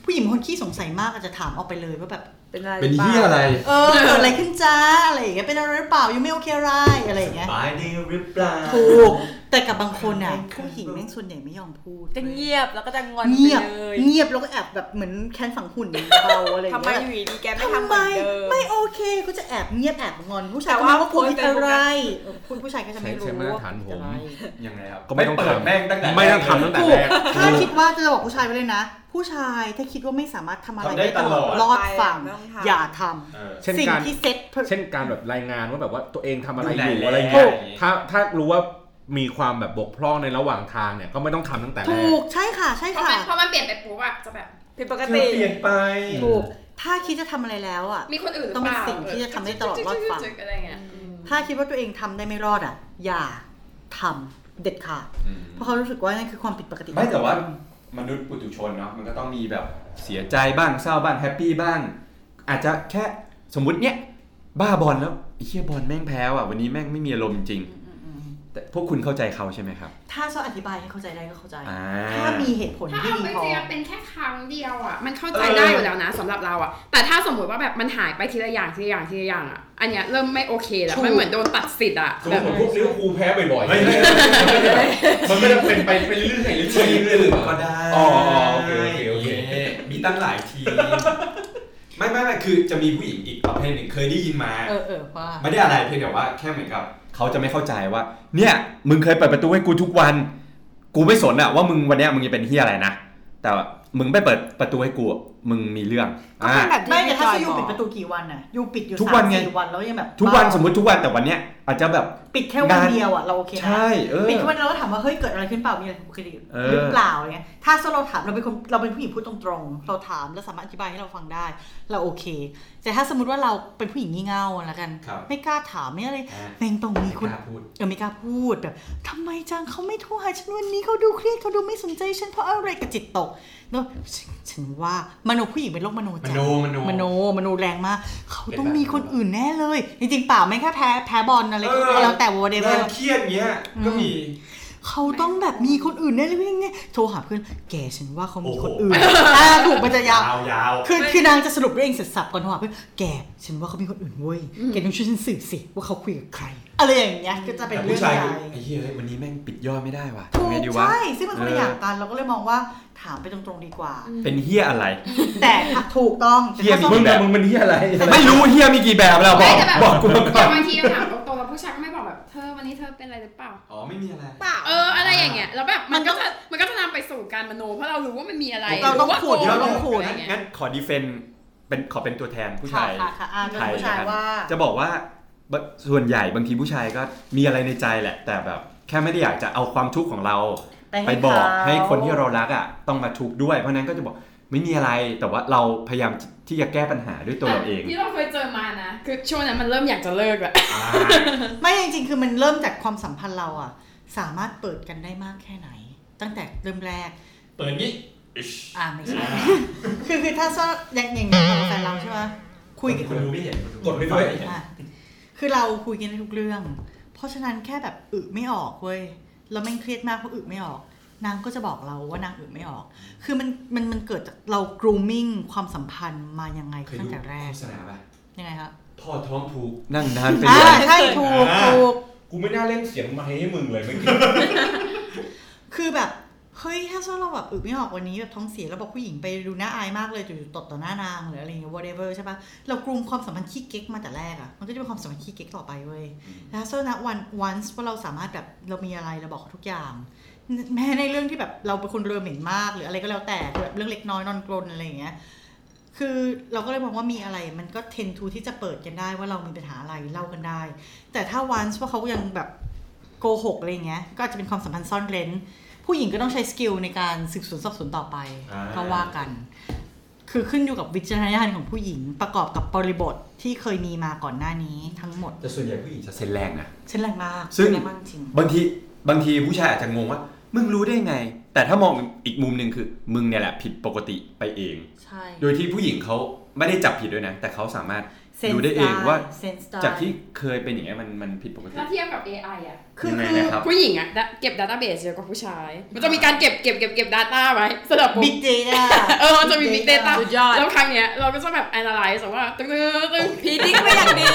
S5: ผู้หญิงบางคนขี้สงสัยมากอาจจะถามเอาไปเลยว่าแบบ
S6: เป็นอะไร
S1: เป็น
S6: ปล่า
S1: เฮียอะไร
S5: เออเกิดอะไรขึ้นจ้าอะไรอย่างเงี้ยเป็นอะไรหรือเปล่ายังไม่โอเคอะไรอะไรอย่างเงี้ย
S1: ตายดีหรือเปล่า
S5: ถูก แต่กับบางคนอ่ะผู้หญิงแม่งส่วนใหญ่ไม่ยอมพูด
S6: จะเงียบแล้วก็จะงอนไป
S5: เงียบ
S6: เลย
S5: เงียบแล้วก็แอบแบบเหมือนแคนฝังหุ่นเบาๆอะไรอย่าง
S6: ทำไม
S5: เงี้ย
S6: อยู่ดีๆแกไม่
S5: ทำ
S6: ทำเห
S5: ไม
S6: มือนเดิม
S5: ไม่โอเคก็จะแอบเงียบแอบงอนผู้ชาย
S6: แต่
S5: ก็
S6: ว่า
S5: ไม่ว่าพูด
S6: โพสต์เฟซบุ๊ก
S5: อะไร
S6: นะ
S5: เออผู้ผู้ชายก็จะไม่
S7: ใช้
S5: รู้
S7: มาตรฐานผม
S5: อะไร
S1: ยังไงครับ
S7: ก็ไม่ต้อง
S2: เปิด
S7: ทำ
S2: แม่งตั้งแต่
S7: ไม่ต้องทำตั้งแต่
S5: ถู
S7: แร
S5: ก
S7: ก
S5: ถ้าคิดว่าจะบอกผู้ชายไว้เลยนะ ผู้ชายถ้าคิดว่าไม่สามารถทำอะไร
S2: ทำได้ตลอด
S5: รอดฝั่ง
S6: ไม่ต้องทำ
S5: อย่าทำ
S2: เออ
S7: เช่น
S5: สิ่ง
S7: การ
S5: ที่เซ็ต
S7: เช่นการแบบรายงานว่าแบบว่าตัวเองทำอะไรอ
S2: ดู
S7: ยู่
S2: แล
S7: อะไรเงี้ย
S2: ถูก
S7: ถ้าถ้ารู้ว่ามีความแบบบกพร่องในระหว่างทางเนี่ยก็ไม่ต้องทำตั้งแต่แร
S5: ถู
S7: ก
S5: กใช่ค่ะใช่
S4: เพราะ
S5: ค่ะ
S4: มันเพราะมันเปลี่ยนไปปุ๊บอะจะแบบ
S6: ผิดปก
S2: เธอ
S6: ติ
S2: เปลี่ยนไป
S5: ถูกถ้าคิดจะทำอะไรแล้วอ่ะ
S4: มีคนอื่นหรื
S5: ต้อ
S4: อง เป
S5: เป็น
S4: ล่า
S5: สิ่งที่จะทำได้ตลอดรอดฝั่ง
S4: อะไรเงี้ยอืม
S5: ถ้าคิดว่าตัวเองทำได้ไม่รอดอ่ะ อย่าทำเด็ดขาดเพราะเขารู้สึกว่านั่นคือความผิดปกติ
S1: ไม่แต่ว่ามนุษย์ปุถุชนเนาะมันก็ต้องมีแบบเสียใจบ้างเศร้าบ้างแฮปปี้บ้าง อาจจะแค่สมมุติเนี้ยบ้าบอลแล้วไอ้เฮียบอลแม่งแพ้ว่ะวันนี้แม่งไม่มีอารมณ์จริง แต่พวกคุณเข้าใจเขาใช่ไหมครับ
S5: ถ้าชอบอธิบายให้เข้าใจได้ก็เข้าใจ
S1: อ่า
S5: ถ้ามีเหตุผล
S4: ถ้า
S5: ที่
S4: เอา
S5: ดี
S4: ไป
S5: พอ
S4: จริงๆเป็นแค่ครั้งเดียวอ่ะ มันเข้าใจ
S2: เออ
S4: ได้อยู่แล้วนะสำหรับเราอ่ะ แต่ถ้าสมมติว่าแบบมันหายไปทีละอย่างทีละอย่างทีละอย่างอ่ะ อันเนี้ยเริ่มไม่โอเคแล้ว
S5: ถูก
S4: มันเหมือนโดนตัดสิทธิ์อ่ะ
S2: สม
S4: แบ
S2: ม
S4: บ
S2: ติผมพวกลิเวอร์พูลแพ้บ่อยๆ
S7: เฮ้ย
S2: มันไม่ได้เป็นไปไปเรื่อยๆเรื่อยๆเรื่อยๆหรือเปล่า
S1: ก็ได้
S2: อ๋อโอเคโอเคโอเค
S1: มีตั้งหลายทีมไม่ไม่ไม่คือจะมีผู้หญิงอีกประเภทหนึ่งเคยได้ยินมา
S5: เออเออว่า
S1: ไม่ได้อะไรเพียงแต่ว่าแค่เหมือนกับเขาจะไม่เข้าใจว่า เนี่ยมึงเคยเปิดประตูให้กูทุกวัน กูไม่สนอะว่ามึงวันเนี้ยมึงจะเป็นที่อะไรนะ แต่ว่ามึงไม่เปิดประตูให้กูอะมึงมีเรื่องอ่า
S6: เป็นแบบที่
S5: ไม่แต่ถ้า
S6: พี่จอย
S5: ยู
S6: บอก
S5: ปิดประตูกี่วันน่ะยูปิดอยู่
S1: ทุกวันไง
S5: สามสี่วันแล้วยังแบบ
S1: ทุกวัน
S5: บ้า
S1: สมมติทุกวันแต่วันเนี้ยอาจจะแบบ
S5: ปิดแค่วันเดียวอ่ะเราโอเคนะ
S1: ใช่เออ
S5: ปิดแค่วันเดียวแล้วถามว่าเฮ้ยเกิดอะไรขึ้นเปล่ามีอะไรผิดปกติ
S1: เออ
S5: หรือเปล่าอะไรเงี้ยถ้าสมมุติเราถามเราเป็นคนเราเป็นผู้หญิงพูดตรงๆเราถามแล้วสามารถอธิบายให้เราฟังได้ เราโอเค แต่ถ้าสมมติว่าเราเป็นผู้หญิงงี่เง่าแล้วกัน
S1: ครับ
S5: ไม่กล้าถามไม่อะไรเมงตรงนี้คุณ
S1: พูด
S5: เออไม่กล้าพูดแบบทำไมจังเขาไม่โทรหาฉันวันนี้เขาดูเครียดเขาดูไม่สนใจฉันเพราะอะไรกับจิตตกเนอะฉนฉันว่ามโนผู้หญิงเป็นโรคมโนจัด
S1: มโนมโน
S5: มโนมโนแรงมาก เขา
S1: เป็น
S5: ต้อง
S1: แบบ
S5: มีคนอื่นแน่เลย จริงๆเปล่าไม่แค่แพ้แพ้บอลอะไรก็แล้วแต่วอเดเวอร์
S1: เครียดเงี้ยก็มี
S5: เขาต้องแบบมีคนอื่นแน่เลยเพื่อนไงโทรหาเพื่อนแกฉันว่าเขามีคน
S1: โอ้โห
S5: อื่นอ่าถูกมันจะยาว
S1: ยาว
S5: คือคือนางจะสรุปด้วยเองเสร็จสับก่อนโทรหาเพื่อนแกฉันว่าเขามีคนอื่นเว้ยแกต้องช่วยฉันสืบสิว่าเขาคุยกับใครอะไรอย่างเงี้ยก็จะเป็น
S1: แต่
S5: เรื่อ
S1: ผู้
S5: ง
S1: ชาย
S5: ใหญ่
S1: คือไอ้เหี้ยเฮ้ยวันนี้แม่งปิดยอดไม่ได้ว่ะ
S5: ถู
S1: ทำ
S5: ก
S1: ไงดีวะ
S5: ใช่ ซึ่งมันคนละอย่างกันเราก็เลยมองว่าถามไปตรงๆดีกว่า
S1: เป็นเฮียอะไร
S5: แต่ถ้าถูกต้อง
S1: เหี้ย
S5: แต่ถ้า
S7: มึ
S5: ต้อง ง
S7: แต่มึงเป็นที่อะไร
S1: ไม่รู้เฮียมีกี่แบบแล้วบ
S4: ไม่
S1: อก
S4: แต่แบบ
S1: บอกกูมาก่
S4: แต่
S1: อน
S4: บางทีถามตรงๆแล้วผู้ชายก็ไม่บอกแบบ เธอวันนี้เธอเป็นอะไรหรือเปล่า
S1: อ๋อไม่มีอะไร
S6: เปล่า
S4: เอออะไรอย่างเงี้ย แล้วแบบมันก็จะมันก็จะนำไปสู่การมโน เพราะเรารู้ว่ามันมีอะไร
S5: เราต้อง
S4: ว่
S5: ขูด
S4: โกหก
S5: เราต้องขูด
S4: ะไรเงี้ย
S1: งั้นขอดีเฟนเป็นขอเป็นตัวแทนผู้ชาย
S5: ค่ะค่ะอ่าเป็นผู้ชาย
S1: ไทยนะครับ
S5: ว่า
S1: จะบอกว่าบส่วนใหญ่บางทีผู้ชายก็มีอะไรในใจแหละ แต่แบบ แค่ไม่ได้อยากจะเอาความทุกข์ของเรา
S5: ไปให้
S1: ไปบอก
S5: เขา
S1: ให้คนที่เรารักอ่ะต้องมาทุกข์ด้วย เพราะฉะนั้นก็จะบอกไม่มีอะไรแต่ว่าเราพยายามที่จะแก้ปัญหาด้วยตัวเราเอง
S4: ที่เราเคยเจอมานะ คือช่วงนั้นมันเริ่มอยากจะเลิกแหละ
S1: อ่า
S5: ไม่จริงๆ คือมันเริ่มจากความสัมพันธ์เราอะสามารถเปิดกันได้มากแค่ไหน ตั้งแต่เริ่มแรก
S2: เปิดนี้
S5: อ่าไม่ใช่ คือคือถ้าซ่อนอย่างอย่างเรากับแฟนเราใช่ไหมคุยกัน
S1: คุณดูไม่เห็นคุณ
S2: กดไปด้วย
S1: ม่เห็น
S5: อ่ะคือเราคุยกันได้ทุกเรื่อง เพราะฉะนั้นแค่แบบอึไม่ออกเว้ย แล้วแม่งเครียดมากเพราะอึไม่ออก นางก็จะบอกเราว่านางอึไม่ออก คือมันมันมันเกิดจากเรา grooming ความสัมพันธ์มายังไง
S1: เคย
S5: ตั้
S1: ดู
S5: งแต่แร
S1: โฆ
S5: ก
S1: ษณาป่ะ
S5: ยังไงครับ
S1: พ่อท้องผูกนั่งนานไป
S5: อ่า
S1: เลย
S5: ใช่ถูก
S2: อ่า
S5: ถูก
S2: กูไม่น่าเล่นเสียงไมาให้มึงเลยเมื่อกี้
S5: คือแบบ เฮ้ย ถ้าเราแบบอึไม่ออกวันนี้แบบท้องเสียแล้วบอกผู้หญิงไปดูน่าอายมากเลยจู่ๆตดต่อหน้านางหรืออะไรอย่างเงี้ย whatever ใช่ปะเรากลุ่มความสัมพันธ์ขี้เก๊กมาแต่แรกอะมันก็จะเป็นความสัมพันธ์ขี้เก๊กต่อไปเว้ยแล้วโซนะวัน once ว่าเราสามารถแบบเรามีอะไรเราบอกเขาทุกอย่าง แม้ในเรื่องที่แบบเราเป็นคนเรือเหม็นมากหรืออะไรก็แล้วแต่แบบเรื่องเล็กน้อยนอนกรนอะไรอย่างเงี้ย คือเราก็เลยมองว่ามีอะไรมันก็เทนทูที่จะเปิดกันได้ว่าเรามีปัญหาอะไรเล่ากันได้ แต่ถ้าวันว่าเขายังแบบโกหกอะไรอย่างเงี้ยก็อาจจะเป็นความสัมพันธ์ซ่อนเร้น ผู้หญิงก็ต้องใช้สกิลในการสืบสวนสอบสวนต่อไป
S1: อ่า
S5: ก็ว่ากัน คือขึ้นอยู่กับวิจารณญาณของผู้หญิงประกอบกับบริบทที่เคยมีมาก่อนหน้านี้ทั้งหมด
S1: แต่ส่วนใหญ่ผู้หญิงจะเซ็นแรงนะ
S5: ฉันแรงมาก
S1: ซึ่ง
S5: ฉันแรงมากจริง
S1: บางทีบางทีผู้ชายอาจจะงงว่า มึงรู้ได้ไง แต่ถ้ามองอีกมุมหนึ่งคือ มึงเนี่ยแหละผิดปกติไปเอง
S5: ใช่
S1: โดยที่ผู้หญิงเขาไม่ได้จับผิดด้วยนะ แต่เขาสามารถ
S5: ซนส์
S1: รู้ได้เองว่า
S5: เซนส์ได้
S1: จากที่เคยเป็นอย่างนี้ยมันมันผิดปกติ
S4: ถ้าเทียบกับ AI อ่ะ
S5: คือ
S1: ยังไง
S5: คือ
S1: นะครับ
S4: ผู้หญิงอ่ะเก็บ database เยอะกว่าผู้ชาย มันจะมีการเก็บเก็บเก็บเก็บ data ไว้สำหรับปุ๊บ
S5: Big Data
S4: เออมันจะมี big data
S6: สุดยอด
S4: แล้วครั้งเนี้ยเราก็จะแบบ analyze ว่าตึ้งตึ้งตึ้ง
S6: พีดิ้งไปอย่างดี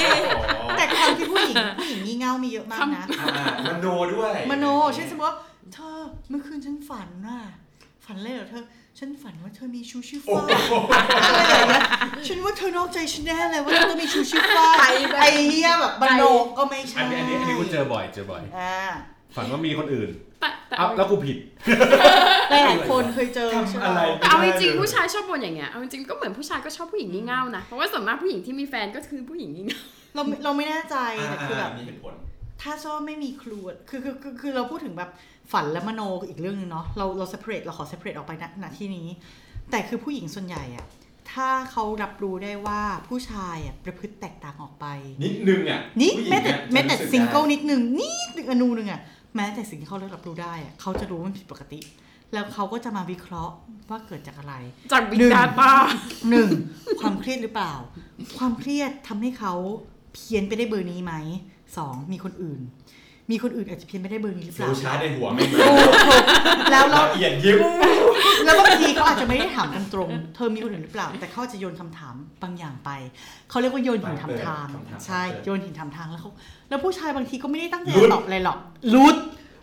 S5: แต่ แต่ความที่ผู้หญิงผู้หญิงงี่เง่ามีเยอะมากนะ
S2: อ่ามโนด้วย
S5: มโนเช่นสมมติว่าเธอเมื่อคืนฉันฝันน่ะฝันเลยเหรอเธอ ฉันฝันว่าเธอมีชูชีฟ้าอะไรอย่างเงี้ยฉันว่าเธอนอกใจฉันแน่เลยว่าเธอต้องมีชูชีฟ้า
S6: ไปแบบ
S5: ไอ้เหี้ยแบบมโนก็ไม่
S7: อั
S5: ใช่
S7: นนี้อันนี้อันนี้กูเจอบ่อยเจอบ่อย
S5: อ่า
S7: ฝันว่ามีคนอื่น
S4: แต่แต่
S7: อ้าว
S4: เอา
S7: แล้วกูผิด
S5: หลายๆคนเคยเจอใช่
S2: ทำอะ
S5: ไหม
S2: ไร
S4: แต่เอาจริ
S2: ไม่ได้
S4: งๆ
S2: เลย
S4: ผู้ชายชอบบ่นอย่างเงี้ยเอาจริงๆก็เหมือนผู้ชายก็ชอบผู้หญิงงี่เง่านะเพราะว่าส่วนมากผู้หญิงที่มีแฟนก็คือผู้หญิงงี่เง่า
S5: เราไม่เราไม่แน่ใจ
S2: อ่า
S5: แต่คือแบบ
S2: มีเหตุผล
S5: ถ้าโซ่ไม่มีครูอะคือคือคือคือเราพูดถึงแบบฝันและมโนอีกเรื่องหนึงเนาะเราเราเซเรตเราขอเซเรตออกไปณณที่นี้ แต่คือผู้หญิงส่วนใหญ่อะถ้าเขารับรู้ได้ว่าผู้ชายอะประพฤติแตกต่างออกไป
S2: นิดนึงอ่ะ
S5: นี่
S2: ผู้หญิง
S5: แม้แต่
S2: อะจะ
S5: แม้แต่
S2: รู้ก
S5: ซิงเกิล
S2: ได้
S5: นิดนึงนี่นึงอนูนึงอะแม้แต่สิ่งที่เขาเลือกรับรู้ได้อะเขาจะรู้ว่ามันผิดปกติ แล้วเขาก็จะมาวิเคราะห์ว่าเกิดจากอะไร
S4: จากบิ๊
S5: ห
S4: ก
S5: นึ่ง
S4: ดาต้า
S5: หนึ่ง ความเครียดหรือเปล่า ความเครียดทำให้เขาเพี้ยนไปได้เบอร์นี้ไหมสองมีคนอื่น มีคนอื่นอาจจะเพี้ยนไปได้เบอร์นี้หรือเป ล่า
S2: รู้ช้าในหัวไม่เหมื
S5: ถู
S2: อน
S5: กถูกแล้วแล้ว
S2: ละเอียดยิบ
S5: แล้วบางทีเขาอาจจะไม่ได้ถามกันตรง เธอมีคนอื่นหรือเปล่า แต่เขาอาจจะโยนคำถามบางอย่างไป เขาเรียกว่าโยนหินทำทาง
S2: คำถาม
S5: ใช่
S2: เปิด
S5: โยนหินทำทางแล้วเขาแล้วผู้ชายบางทีก็ไม่ได้ตั้งใจตอบอะไรหรอกหลุด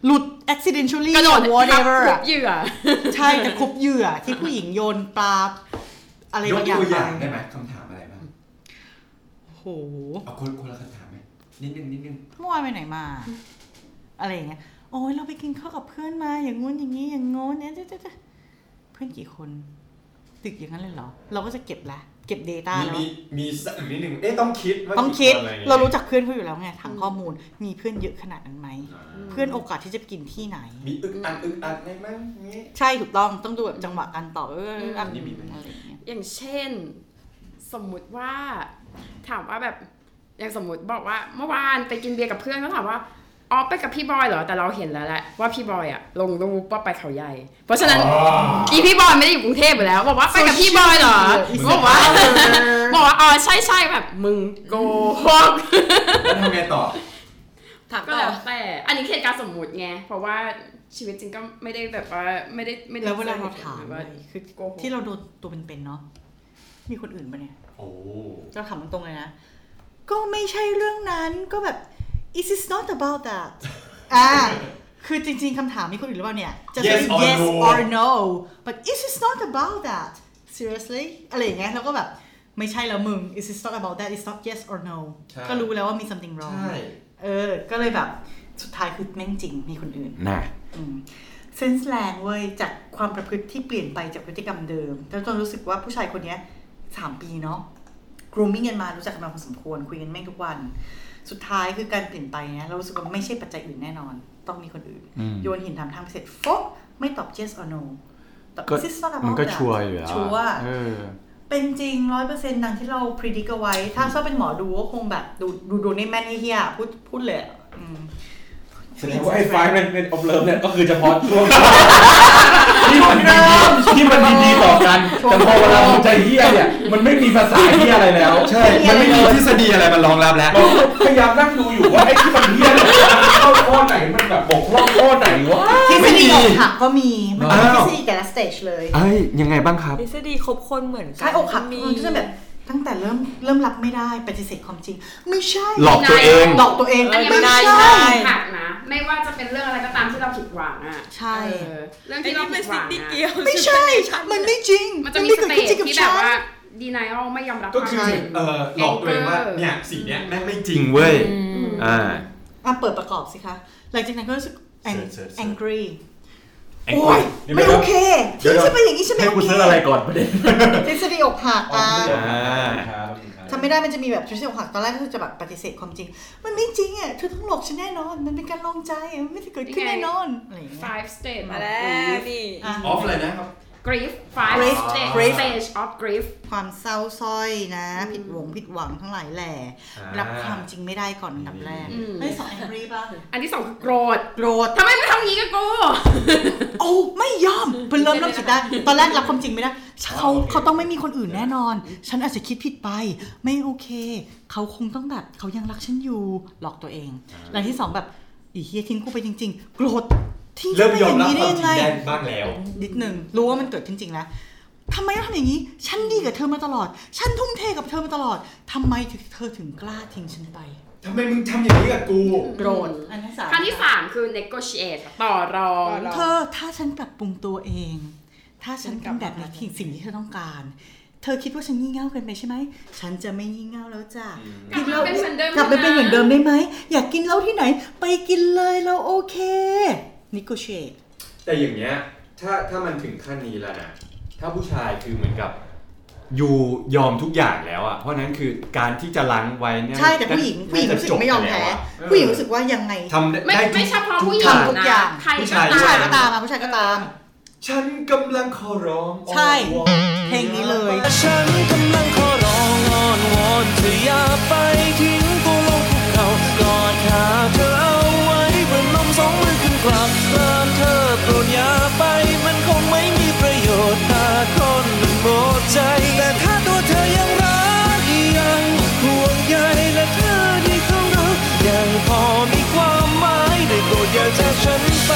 S5: หลุด accidentally
S4: กระโดด
S5: whatever
S4: ทับ
S5: อะ
S4: เหยื่อ
S5: ใช่แต่คบเหยื่อที่ผู้หญิงโยนปลาอะไร
S2: ยก
S5: บางอย่าง
S2: ตัว
S5: ไป
S2: อย่างได้ไหมคำถามอะไรบ้าง
S5: โอ้โห
S2: เอาคนคนละคำถามไหมนิดนึงนิดนึง
S5: เมื่อวานไปไหนมา อะไรอย่างเงี้ยโอ้ยเราไปกินข้าวกับเพื่อนมา อย่างงู้นอย่างนี้อย่างโน้นเนี่ยเจ๊เจ๊เจ๊เพื่อนกี่คนตึกอย่างนั้นเลยเหรอ เราก็จะเก็บละเก็บ Data แล้ว
S2: มีมีสักนิดนึงเอ๊ะต้องคิดว่า
S5: ต้องคิด
S2: ะไอย่งงี้ย
S5: เรารู้จักเพื่อนเขาอยู่แล้วไงทางข้อมูลมีเพื่อนเยอะขนาดนั้นไหม เพื่อนโอกาสที่จะไปกินที่ไหน
S2: มีอึกอักอึกอักไหมมั้งนี้
S5: ใช่ถูกต้องต้องดูแบบจังหวะการตอบเอออ
S4: ม
S5: อัน
S2: นี่มีไหม
S5: อะไรอย่างเงี้ย
S4: อย่างเช่น สมมุติว่า ถามว่าแบบอย่างสมมติบอกว่าเมื่อวานไปกินเบียร์กับเพื่อนก็ถามว่าอ๋อไปกับพี่บอยเหรอแต่เราเห็นแล้วแหละว่าพี่บอยอะลงรูปว่าไปเขาใหญ่ เพราะฉะนั้นอีพี่บอยไม่ได้อยู่กรุงเทพอยู่แล้ว บอกว่าไปกับพี่บอยเหรอบอกว่า บอกว่าอ๋อใช่ใช่แบบมึงโกหก
S2: แล้วทำไงต่อ
S6: ถาม
S4: ก็
S6: ต่
S4: แล้ว
S6: อ
S4: แต่ อันนี้เหตุการณ์สมมุติไงเพราะว่าชีวิตจริงก็ไม่ได้แบบว่าไม่ได้ไม่ได้
S5: แล้วเวลาเราถาม
S4: ว่า
S5: คือ
S4: โกหก
S5: ที่เราโดนตัวเป็นๆเนาะมีคนอื่นปะเนี่ย
S2: โอ้
S5: เราถามตรงๆเลยนะ ก็ไม่ใช่เรื่องนั้นก็แบบ it is not about that อ่าคือจริงๆคำถามมีคนอื่นหรือเปล่าเนี่ย จะเป็น
S2: Yes or
S5: yes
S2: no
S5: or no but it is not about that seriously อะไรอย่างเงี้ยแล้วก็แบบไม่ใช่แล้วมึง it is not about that it's not yes or no
S2: ใช่
S5: ก็รู้แล้วว่ามี something
S2: ใช
S5: wrong
S2: ่
S5: เออ ก็เลยแบบสุดท้ายคือแม่งจริงมีคนอื่น
S1: น่ะ
S5: เซนส์แรงเว้ยจากความประพฤติที่เปลี่ยนไปจากพฤติกรรมเดิมแล้วจนรู้สึกว่าผู้ชายคนเนี้ยสามปีเนาะ grooming กันมารู้จักกันมาพอสมควร คุยกันแม่งทุกวัน สุดท้ายคือการเปลี่ยนไปเนี่ยเรารู้สึกว่าไม่ใช่ปัจจัยอื่นแน่นอน ต้องมีคนอื่น
S1: อืม
S5: โยนหินถามทางไปเสร็จฟกไม่ตอบ yes or no ตอบ
S1: ก็
S5: this is not about
S1: มันก็
S5: that
S1: ชัวร์อยู่แล้วอะ
S5: ชัวร์
S1: เออ
S5: เป็นจริงร้อยเปอร์เซ็นต์ดังที่เราพิจิตรไว้ ถ้าชอบเป็นหมอดูก็คงแบบดูดูดูในแม่นไอ้เฮียพูดพูดเลยอะอืม
S2: แสดงว่าไอ้ไฟล์เป็นเป็นอบเลิฟเนี่ยก็คือเฉพาะช่ว งที่มันดีที่มันดีๆต่อกันแต่พอเวลามันใจเฮี้ยเนี่ยมันไม่มีภาษาเฮี้ยอะไรแล้ว
S1: ใช่ มันไม่มีทฤษฎีอะไรมันรองรับแล้ว
S7: เราก็พยายามนั่งดูอยู่ว่าไอ้ที่มันเฮี้ยเนี่ยมันเข้าข้อไหนมันแบบบกพร่องข้อไหนวะ
S5: ทฤษฎีอกหักก็มี มันเป็น
S1: อ้าว
S5: ทฤษฎีแต่ละสเตจเลย
S1: เอ้ย ยังไงบ้างครับ
S6: ทฤษฎีคบคนเหมือนกัน
S5: ใช่อกหัก
S6: มี
S5: มันก็จะแบบตั้งแต่เริ่มเริ่มรับไม่ได้ปฏิเสธความจริง ไม่ใช่
S1: หลอกตัวเอง
S5: หลอกตัวเอง
S4: อันนี้
S5: ไม่
S4: มันไม่
S5: ใช่
S4: ใช่หักนะ ไม่ว่าจะเป็นเรื่องอะไรก็ตามที่เราผิดหวังอ่ะ
S5: ใช่
S4: เออเรื่องที่เราผิดหวังอะ
S5: ไม่ใช่ มันไม่จริง
S4: มันจะมี
S5: ไ
S4: สเตจ
S5: เกิดขึ้นจริงกับ
S4: ที่แบบ
S5: ฉัน
S4: ว่า denial ไม่ยอมรับค
S2: ก็
S4: วาม
S2: คือ
S4: จริง
S2: เออหลอกตัวเองว่าเนี่ยสิ่งเนี้ยแม่งไม่จริงเว้ย อ่า
S5: อ่ะเปิดประกอบสิคะ หลังจากนั้นก็รู้สึก ang-
S2: เสิร์ชเสิร์ช
S5: angry
S7: แอง
S5: โอ้
S7: กี้
S5: ย
S7: เดี๋ยวเดี๋ยว
S5: ไม่โอเค
S7: เดี๋ยว
S5: ที่
S7: เดี๋ยว
S5: จะเป็นอย่างนี้ใช่ไหม
S7: ให้กู
S5: โอเค
S7: ซื้ออะไรก่อนประเด็น
S5: ทฤษฎีอกหักอ่ะ
S2: ครับ
S5: ทำไม่ได้มันจะมีแบบทฤษฎีอกหักตอนแรกก็จะแบบปฏิเสธความจริง มันไม่จริงอ่ะเธอต้องหลอกฉันแน่นอน มันเป็นการลองใจอ่ะมันไม่ได้เกิดขึ้น
S4: ยังไง
S5: แน่นอนอะไรอย่างเงี้ย
S4: five stage
S6: มาแล้วนี่
S5: อ่ะ
S2: ออฟเลยนะครับ
S4: grief five
S5: Grief
S4: stage
S5: Grief
S4: stage of grief
S5: ความเศร้าส้อยนะ ผิดหวงผิดหวังทั้งหลายแหล่
S2: อ่ารั
S5: รับความจริงไม่ได้ก่อนอันดับแรก
S4: อืม
S5: เฮ้ยสองแองรีป่ะ
S4: อันที่สองคือโกรธ
S5: โกรธ
S4: ทำไมไม่ทำอย่างนี้กับกู
S5: โอ้ไม่ยอมเป็นเริ่มรับผิดได้ ตอนแรกรับความจริงไม่ได้เขา
S2: โอเค
S5: เขาต้องไม่มีคนอื่นแน่นอน ฉันอาจจะคิดผิดไป ไม่โอเค เขาคงต้องแบบเขายังรักฉันอยู่หลอกตัวเองหลังที่สองแบบอีเฮียทิ้งกูไปจริง ๆ โกรธทิ้งกู
S2: เริ่ม
S5: ไป
S2: ย
S5: อ
S2: อม
S5: ย่าง
S2: รับ
S5: นี้
S2: ค
S5: ได้
S2: วามจริง
S5: ยังไง
S2: ได้บ้างแล้ว
S5: นิดหนึ่งรู้ว่ามันเกิดขึ้นจริงแล้วทำไมต้องทำอย่างนี้ ฉันดีกับเธอมาตลอด ฉันทุ่มเทกับเธอมาตลอดทำไมถึงเธอถึงกล้าทิ้งฉันไป
S7: ทำไมมึงทำอย่างนี้กับกู
S5: โกรธอันที่สาม
S4: ขั้นที่สามคือ negotiate ต่อรอง
S8: ต่อรอง
S5: เธอถ้าฉันปรับปรุงตัวเอง ถ้าฉันทำแบบนี้คือสิ่งที่เธอต้องการ เธอคิดว่าฉันงี่เง่าเกินไปใช่ไหม ฉันจะไม่งี่เง่าแล้วจ้ะ
S4: กลับมาเป็นเหมือนเดิม
S5: กลับไปเป็น
S4: นะ
S5: เหมือนเดิมได้ไหม อยากกินเหล้าที่ไหน ไปกินเลยเราโอเค negotiate
S1: แต่อย่างเงี้ย ถ้าถ้ามันถึงขั้นนี้แล้วนะ ถ้าผู้ชายคือเหมือนกับ อยู่ยอมทุกอย่างแล้วอ่ะ เพราะฉะนั้นคือการที่จะล้างไว้เนี่ย
S5: ใช่แต่ผู้หญิงผู้หญิง
S1: น่าจะ
S5: รู้สึ
S1: จ
S5: ก
S1: บ
S5: ไม่ยอม
S1: ป
S5: แพ้
S1: ล้วะ
S5: ผู้หญิงรู้สึกว่ายังไง
S1: ทำได้
S4: ไม่
S1: ด้ทุก
S4: ไม่เฉพาะ
S1: ทุก
S4: ผู้หญิง
S1: ทาง
S5: ทุกอ
S4: นะ
S5: ย่าง
S4: ใคร
S1: ผู้
S4: ก็
S1: ชาย
S5: ผู้
S4: ตา
S5: ชาย
S4: ม
S5: ก็ตามอะผู้ชายก็ตาม
S1: ฉันกำลังขอร้องอ้อน
S5: ใช่
S1: วอน
S5: เพลงนี้เลย
S9: ฉันกำลังขอร้องอ้อนวอนเธออย่าไปทิ้งตัวลงภูเขากอดขาเธอเอาไว้ประนมสองมือขึ้นกลับลาเธอโปรดอย่าไป มันคงไม่มีประโยชน์ถ้าคนมันหมดใจ แต่ถ้าตัวเธอยังรักยังห่วงใยและเธอที่เขารักยังพอมีความหมายได้โปรดอย่าจากฉันไป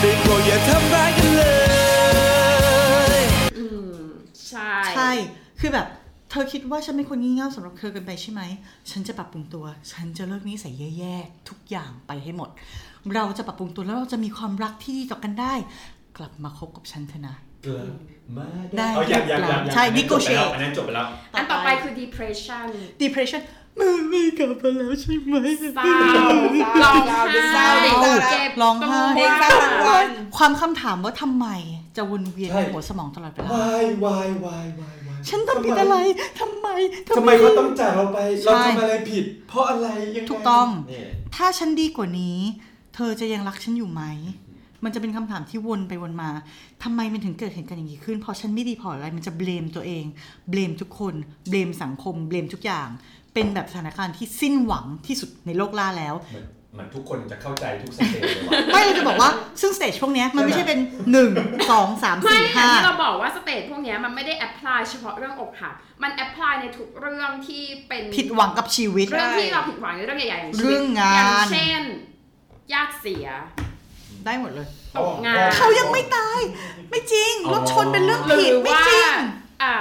S9: ได้โปรดอย่าทำร้ายกันเลย
S4: อืมใช่
S5: ใช่ คือแบบ เธอคิดว่าฉันเป็นคนงี่เง่าสำหรับเธอเกินไปใช่ไหม ฉันจะปรับปรุงตัว ฉันจะเลิกนิสัยแย่ๆ ทุกอย่างไปให้หมด เราจะปรับปรุงตัวแล้วเราจะมีความรักที่ดีต่อกันได้ กลับมาคบกับฉันเถอะนะ
S1: เกิดมา
S5: ได้
S1: เอาอย่างอย่างอย่าง
S5: ใช่ negotiate
S1: อันนั้นจบไปแล้ว
S4: อันต่อไปคือ depression
S5: depression มึงไม่กลับมาแล้วใช่ไหม
S4: เศร้าร้องไห้
S8: เศร้า
S4: เจ็บ
S5: ร้องไห้
S8: เพลงเศร้าทั้งวัน
S5: ความคำถามว่าทำไมจะวนเวียน
S1: ใช่
S5: ในหัวสมองตลอดเวลา
S1: วายวายวายวายวาย
S5: ฉันทำผิดอะไรทำไม
S1: ทำไมเขาต้องจากเราไป เรา
S5: ใช่
S1: ทำอะไรผิด เพราะอะไรยังไง
S5: ถูกต้อง
S1: เนี่ย
S5: ถ้าฉันดีกว่านี้ เธอจะยังรักฉันอยู่ไหม มันจะเป็นคำถามที่วนไปวนมา ทำไมมันถึงเกิดเหตุการณ์อย่างนี้ขึ้น เพราะฉันไม่ดีพออะไร มันจะเบลมตัวเอง เบลมทุกคน เบลมสังคม เบลมทุกอย่าง เป็นแบบสถานการณ์ที่สิ้นหวังที่สุดในโลกล่าแล้ว
S1: เหมือนเหมือนทุกคนจะเข้าใจทุกสเตจเลยว่ะ
S5: ไม่เราจะบอกว่า ซึ่งสเตจพวกเนี้ยมันไม่ใช่เป็นหนึ่งสองสาม
S4: ไม่
S5: สี่
S4: อย่าง
S5: ห้า
S4: ที่เราบอกว่าสเตจพวกเนี้ยมันไม่ได้ apply เฉพาะเรื่องอกหัก มัน apply ในทุกเรื่องที่เป็น
S5: ผิดหวังกับชีวิต
S4: เรื่องที่เราผิดหวังในเรื่องใหญ่ๆอย่างชีวิต
S5: เรื่องงาน
S4: อย่างเช่นญาติเสีย
S5: ได้หมดเลย
S4: ตกงาน
S5: เขายังไม่ตาย ไม่จริง รถชนเป็นเรื่อง
S4: หรื
S5: ผิ
S4: อ
S5: ดไม่
S4: ว่า
S5: จริง
S4: อ่า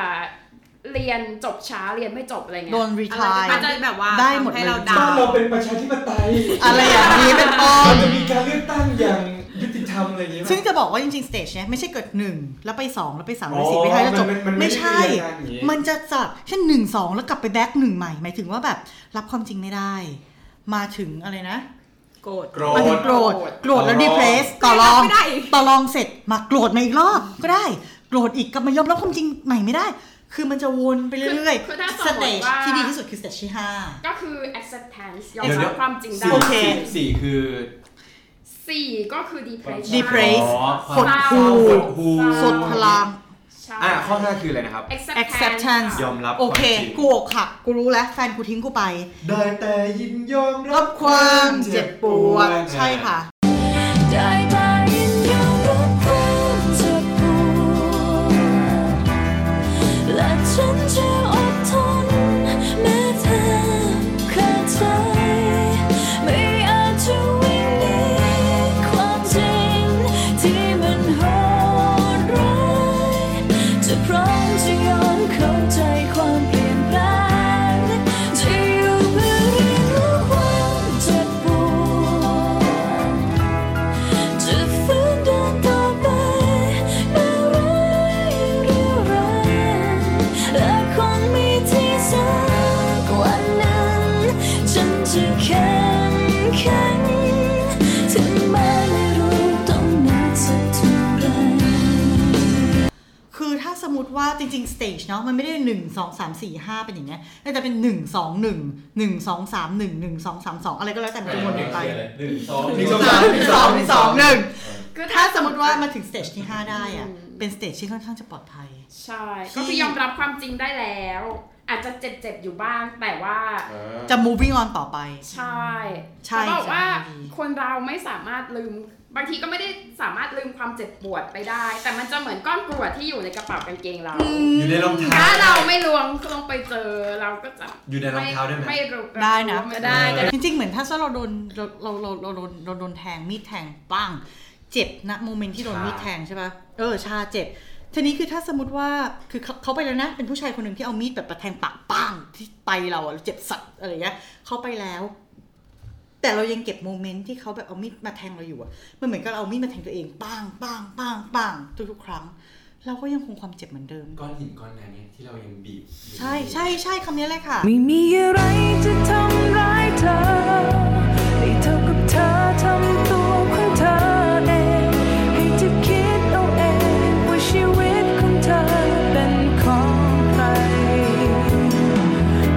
S4: เรียนจบช้าเรียนไม่จบอะไรเงี้ย
S5: โดนรีทาย
S4: อา
S6: อา
S4: จ
S6: จ
S4: จะ
S6: จะ
S4: แบ
S6: แบบ บว่า
S5: ได้หมดเลย
S6: ทำให้เรา
S1: บ้า
S6: ดานว
S1: เราเป็นประชาธิปไตย
S5: อะไรอย่างนี้เป็นต้น
S1: เราจะมีการเลือกตั้งอย่างยุติธรรมอะไรอย่างเงี้ย
S5: ซึ่งจะบอกว่าจริงๆ สเตจเนี่ยไม่ใช่เกิด 1 แล้วไป 2 แล้วไป3
S1: อ๋
S5: แล้
S1: อ
S5: วสี่ไปห้าแล้วจบ
S1: มันมันมันไม่
S5: ไม่ใช่
S1: ได้เรียงกันอย่างงี้
S5: มันจะจับเช่นหนึ่งสองแล้วกลับไปแบ็กหนึ่งใหม่ หมายถึงว่าแบบรับความจริงไม่ได้ มาถึงอะไรนะ
S6: โกรธ
S1: โกร
S5: มาถึ
S1: ธ
S5: งโกรธโกรธแล้ว
S1: ต่อรอง
S5: ดีเพรสต่อรอง
S6: ไม่ได้อีก
S5: ต่อรองเสร็จมาโกรธมาอีกรอบก็ได้โกรธอีกกลับมายอมรับความจริงใหม่ไม่ได้ คือมันจะวนไปเรื่อย
S4: คือถ้าส
S5: ส
S4: มม
S5: เต
S4: ติ
S5: จ
S4: ว่า
S5: ที่ดีที่สุดคือสเตจที่ห้า
S4: ก็คือ acceptance ยอม
S1: เดี๋ยว
S4: รั
S1: เดี๋
S4: บ
S1: ยว
S4: ความจริงได้
S1: สี่
S5: โอเค
S1: สี่สี่คือ
S4: สี่ก็คือ depression
S5: depress
S1: อ๋อ
S5: หดหู่
S1: หดหู่
S5: สุดพลัง
S4: ใช่
S1: อ่ะข้อห้าคืออะไรนะครับ
S5: acceptance
S1: ยอมรับ
S5: โอเค
S1: ความจริง
S5: กูอกหักกูรู้แล้วแฟนกูทิ้งกูไป
S1: ได้แต่ยินยอม
S5: รับความเจ็บปวดใช่ค่ะ
S10: ได้แต่ยินยอมรับความเจ็บปวดและฉันจะอดทนแม้เธอขาดใจ ไม่อาจจะวิ่งหนีความจริงที่มันโหดร้ายจะพร้อมจะยอมเข้าใจความเปลี่ยนแปลงจะอยู่เพื่อเรียนรู้ความเจ็บปวด จะฝืนเดินต่อไปแม้ร้ายหรือร้ายและคงมีที่สักวันนั้น ฉันจะแข็งแกร่งถึงแม้ไม่รู้ต้องหนักสักเท่าไหร่
S5: คือถ้าสมมติว่าจริงๆ สเตจเนาะมันไม่ได้ 1 2 3 4 5 เป็นอย่างเงี้ยแต่จะเป็น 1 2 1 1 2 3 1 1 2 3 2 อะไรก็แล้วแต่มันจะวนไป
S2: หนึ่งสอง
S1: หนึ่งสองสาม ม
S5: สาสองสองหนึ่ง
S4: คือ
S5: ถ้าสมมติว่ามาถึงสเตจที่ 5 ได้อะเป็นสเตจที่ค่อนข้างจะปลอดภัย
S4: ใช่ ก็คือยอมรับความจริงได้แล้ว อาจจะเจ็บๆอยู่บ้างแต่ว่า
S5: จะ moving on ต่อไป
S4: ใช่
S5: ใช่
S4: แต่บอกว่า
S5: ใช่
S4: คนเราไม่สามารถลืม บางทีก็ไม่ได้สามารถลืมความเจ็บปวดไปได้ แต่มันจะเหมือนก้อนกรวดที่อยู่ในกระเป๋ากางเกงเรา
S1: อยู่ในรองเท้า
S4: ถ้าเราไม่ลวงลงไปเจอเราก็จะ
S1: อยู่ในรองเท้าได้ไหม
S4: ไม่รู้
S5: ได้นะ
S4: ไม่ได้ก็ได้
S5: จริงๆ เหมือนถ้าเราโดนเราเราเราเราโดนเราโดนแทงมีดแทงปังเจ็บนะโมเมนต์ที่โดนมีดแทงใช่ปะเออชาเจ็บ ทีนี้คือถ้าสมมติว่าคือเขาเขาไปแล้วนะ เป็นผู้ชายคนหนึ่งที่เอามีดแบบประแทงปากป้างที่ไตเราอะเราเจ็บสัตว์อะไรเงี้ยเขาไปแล้ว แต่เรายังเก็บโมเมนต์ที่เขาแบบเอามีดมาแทงเราอยู่อะมันเหมือนกับเราเอามีดมาแทงตัวเองป้างป้างป้างป้างทุกๆครั้ง เราก็ยังคงความเจ็บเหมือนเดิม
S1: ก้อนหินก้อนนั้นเนี่ยที่เรายังบีบ
S5: ใช่ใช่ใช่คำนี้เลยค่ะ
S10: ไม่มีอะไรจะทำร้ายเธอได้เท่ากับเธอทำตัวของเธอเอง ให้เธอคิดเอาเองว่าชีวิตของเธอเป็นของใคร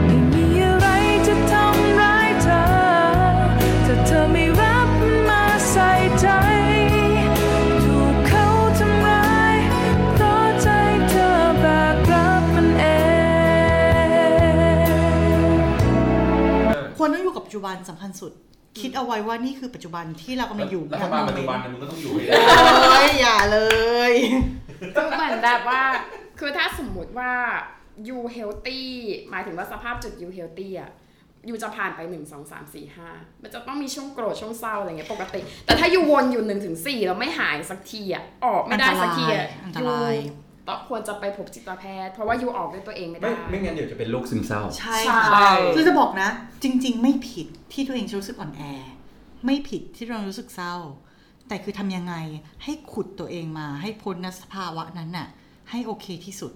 S10: ไม่มีอะไรจะทำร้ายเธอ ถ้าเธอไม่รับมันมาใส่ใจ ถูกเขาทำร้ายเพราะใจเธอแบกรับมันเอง
S5: ควรต้องอยู่กับปัจจุบันสำคัญสุด คิดเอาไว้ว่านี่คือปัจจุบันที่เรากำลังอยู่
S7: รัฐบาลปัจจุบันน่ะมึงก็ต้องอยู่ให้ได้
S5: เอ้ยอย่าเลย
S4: คือเหมือนแบบว่า คือถ้าสมมุติว่า you healthy หมายถึงว่าสภาพจุด you healthy อ่ะ ยูจะผ่านไป 1 2 3 4 5 มันจะต้องมีช่วงโกรธช่วงเศร้าอะไรเงี้ยปกติ แต่ถ้ายูวนอยู่ 1 4 แล้วไม่หายสักทีอ่ะ ออกไม่ได้สักทีอ่ะ
S5: อันตราย
S4: ยูต้องควรจะไปพบจิตแพทย์ เพราะว่ายูออกด้วยตัวเองไม่
S1: ไม่
S4: ได้
S1: ไม่งั้นเดี๋ยวจะเป็นโรคซึมเศร้า
S5: ใช่
S4: ใช่
S5: ค่ะคือจะบอกนะ จริง ๆ ไม่ผิดที่ตัวเองจะรู้สึกอ่อนแอ ไม่ผิดที่เรารู้สึกเศร้า แต่คือทำยังไงให้ขุดตัวเองมาให้พ้นนสภาวะนั้นน่ะ ให้โอเคที่สุด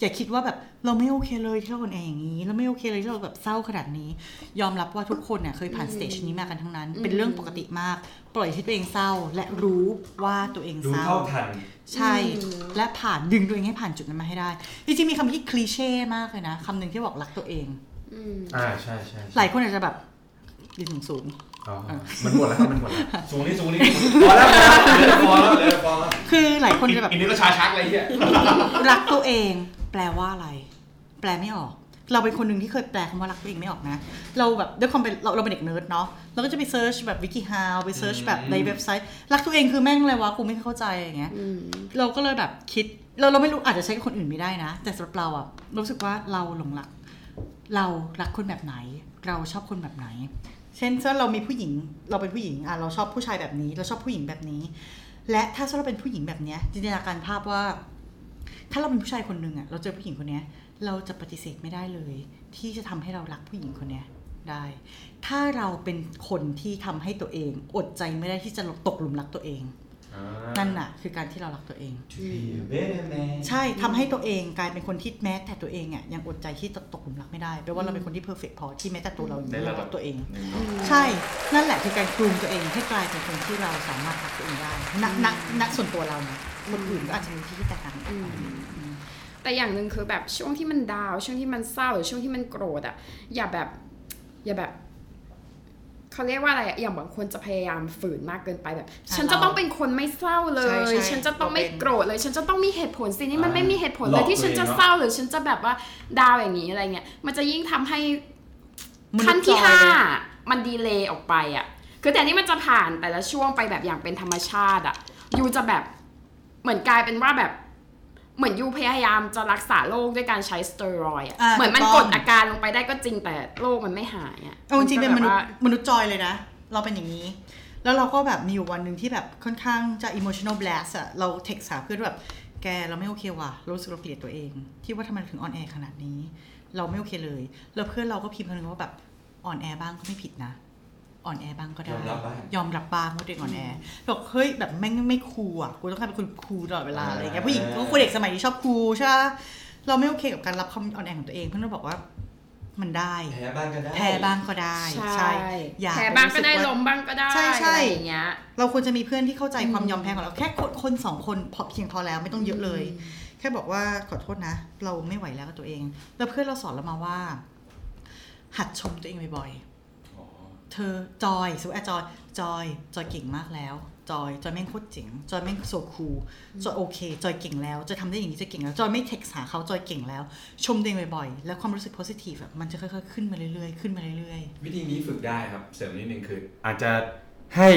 S5: อย่าคิดว่าแบบเราไม่โอเคเลยที่เราอ่อนแออย่างนี้ เราไม่โอเคเลยที่เราแบบเศร้าขนาดนี้ ยอมรับว่าทุกคนเนี่ยเคยผ่านสเตจนี้มากันทั้งนั้น เป็นเรื่องปกติมาก ปล่อยให้ตัวเองเศร้า และรู้ว่าตัวเอง
S7: ดู
S5: เศร้า
S7: เท่าทัน
S5: ใช่ และผ่านดึงตัวเองให้ผ่านจุดนั้นมาให้ได้ จริงๆมีคำที่คลีเช่มากเลยนะคำหนึ่งที่บอกรักตัวเอง
S4: อืม
S7: อ่าใช่ใช่
S5: หลายคนอาจจะแบบดินสูง
S7: อ๋อมันหมดแล้วครับมันหมดแล้ว
S2: สูงนี่สูงนี่
S7: พอแล้วพอแล้วพอแล้วพอแล้ว
S5: ๆคือหลายคนจะแบบ
S2: อีกนิดก็ชาชักเลยไอ้เฮีย
S5: รักตัวเองแปลว่าอะไร แปลไม่ออก เราเป็นคนหนึ่งที่เคยแปลคำว่ารักตัวเองไม่ออกนะ เราแบบด้วยความเป็นเราเราเป็นเด็กเนิร์ดเนาะเราก็จะไปเซิร์ชแบบวิกิฮาวไปเซิร์ชแบบในเว็บไซต์ รักตัวเองคือแม่งอะไรวะกูไม่เข้าใจอย่างเงี้ย เราก็เลยแบบคิดเราเราไม่รู้อาจจะใช้กับคนอื่นไม่ได้นะ แต่สำหรับเราอะรู้สึกว่าเราหลงรัก เรารักคนแบบไหน เราชอบคนแบบไหน เช่นถ้าเรามีผู้หญิงเราเป็นผู้หญิงอ่ะเราชอบผู้ชายแบบนี้ เราชอบผู้หญิงแบบนี้ และถ้าเราเป็นผู้หญิงแบบเนี้ยจินตนาการภาพว่า ถ้าเราเป็นผู้ชายคนหนึ่งอะเราเจอผู้หญิงคนเนี้ย เราจะปฏิเสธไม่ได้เลย ที่จะทำให้เรารักผู้หญิงคนเนี้ยได้ ถ้าเราเป็นคนที่ทำให้ตัวเอง อดใจไม่ได้ที่จะตกหลุมรักตัวเอง
S7: อ่า
S5: นั่นน่ะ คือการที่เรารักตัวเอง
S7: To be a better man
S5: ใช่ทำให้ตัวเองกลายเป็นคนที่แม้แต่ตัวเองอ่ะยังอดใจที่จะตกหลุมรักไม่ได้แปลว่าเราเป็นคนที่เพอร์เฟกพอที่แม้แต่ตัวเรายัง
S1: ในระดับ
S5: รักตัวเอง
S1: หนึ่ง
S5: ใช่ นั่นแหละคือการกลุ่มตัวเองให้กลายเป็นคนที่เราสามารถรักตัวเองได้ณณณส่วนตัวเรานะคนอื่นก็อาจจะมีที่แตกต่างกันไป
S4: แต่อย่างหนึ่งคือแบบช่วงที่มันดาวน์ช่วงที่มันเศร้าหรือช่วงที่มันโกรธอะอย่าแบบ อย่าแบบเขาเรียกว่าอะไรอะอย่างบางคนจะพยายามฝืนมากเกินไปแบบ ฉันจะ
S5: เรา
S4: ต้องเป็นคนไม่เศร้าเล
S5: ใช่
S4: ย
S5: ใช่
S4: ฉันจะต้องไม่
S5: เราเป็น
S4: โกรธเลย ฉันจะต้องมีเหตุผลสินี่มัน
S7: อ่า
S4: ไม่มีเหตุผล
S7: หล
S4: เล
S7: อย ก
S4: ที่ฉัน
S7: ตัวเองเน
S4: จะ
S7: อะ
S4: เศร้าหรือฉันจะแบบว่าดาวอย่างนี้อะไรเงี้ยมันจะยิ่งทำให้
S5: มนุษย์
S4: ขั้นที่
S5: จอย
S4: ห้า
S5: เลย
S4: มันดีเลย์ออกไปอ่ะ คือแต่นี่มันจะผ่านแต่ละช่วงไปแบบอย่างเป็นธรรมชาติอ่ะยูจะแบบเหมือนกลายเป็นว่าแบบ เหมือนยูพยายามจะรักษาโรคด้วยการใช้สเตียรอยด์อ่ะ
S5: อ่า
S4: เหมือนมัน
S5: ถู
S4: กด
S5: กต้อง
S4: อาการลงไปได้ก็จริงแต่โรคมันไม่หายอ่ะ
S5: เอาจริงๆเป็นมนุษ
S4: มั
S5: ย์
S4: จะแบบว่าม
S5: นุษย์จอยเลยนะ เราเป็นอย่างนี้ แล้วเราก็แบบมีอยู่วันหนึ่งที่แบบค่อนข้างจะ emotional blast อะเราเทคสาเพื่อนว่าแบบแกเราไม่โอเคว่ะเรารู้สึกเราเกลียดตัวเอง ที่ว่าทำไมเราถึงอ่อนแอขนาดนี้ เราไม่โอเคเลย แล้วเพื่อนเราก็พิมพ์คำนึงว่าแบบอ่อนแอบ้างก็ไม่ผิดนะ อ่อนแอบ้างก็ได้
S7: ยอมรับบ้าง
S5: ยอมรับบ้างว่าตัวเองอ่อนแอบอกเฮ้ยแบบแม่งไม่คูลอ่ะกูต้องกลายเป็นคนคูลตลอดเวลาอะไรอย่างเงี้ยผู้หญิงก็คนเด็กสมัยนี้ชอบคูลใช่ปะเราไม่โอเคกับการรับคำอ่อนแอของตัวเอง เพื่อนเราบอกว่ามันได้
S7: แพ้บ้างก็ได้
S5: แพ้บ้างก็ได้
S4: ใช่
S5: อย่า
S4: แผลบ้างก็ได้
S5: รู้สึ
S4: ล
S5: ว่
S4: มบ้างก็ได้
S5: ใช่ใช่
S4: อะไรอย่างเงี้ย
S5: เราควรจะมีเพื่อนที่เข้าใจความยอมแพ้ของเราแค่คนคนสองคนพอเพียงพอแล้วไม่ต้องเยอะเลย แค่บอกว่าขอโทษนะ เราไม่ไหวแล้วกับตัวเอง แล้วเพื่อนเราสอนเรามาว่า หัดชมตัวเองบ่อยๆเธอจอยสุแอะจอยจอยจอยเก่งมากแล้ว จอยจอยแม่งโคตรเจ๋งจอยแม่งโซคูลจอยโอเค จอยเก่งแล้วจอยทำได้อย่างนี้จอยเก่งแล้วจอยไม่เทคหาเขาจอยเก่งแล้ว ชมตัวเองบ่อยๆแล้วความรู้สึกโพสิทีฟแบบมันจะค่อยๆขึ้นมาเรื่อยๆขึ้นมาเรื่อย
S7: วิธีนี้ฝึกได้ครับ เสริมนิดนึงคือ
S1: อาจจะให้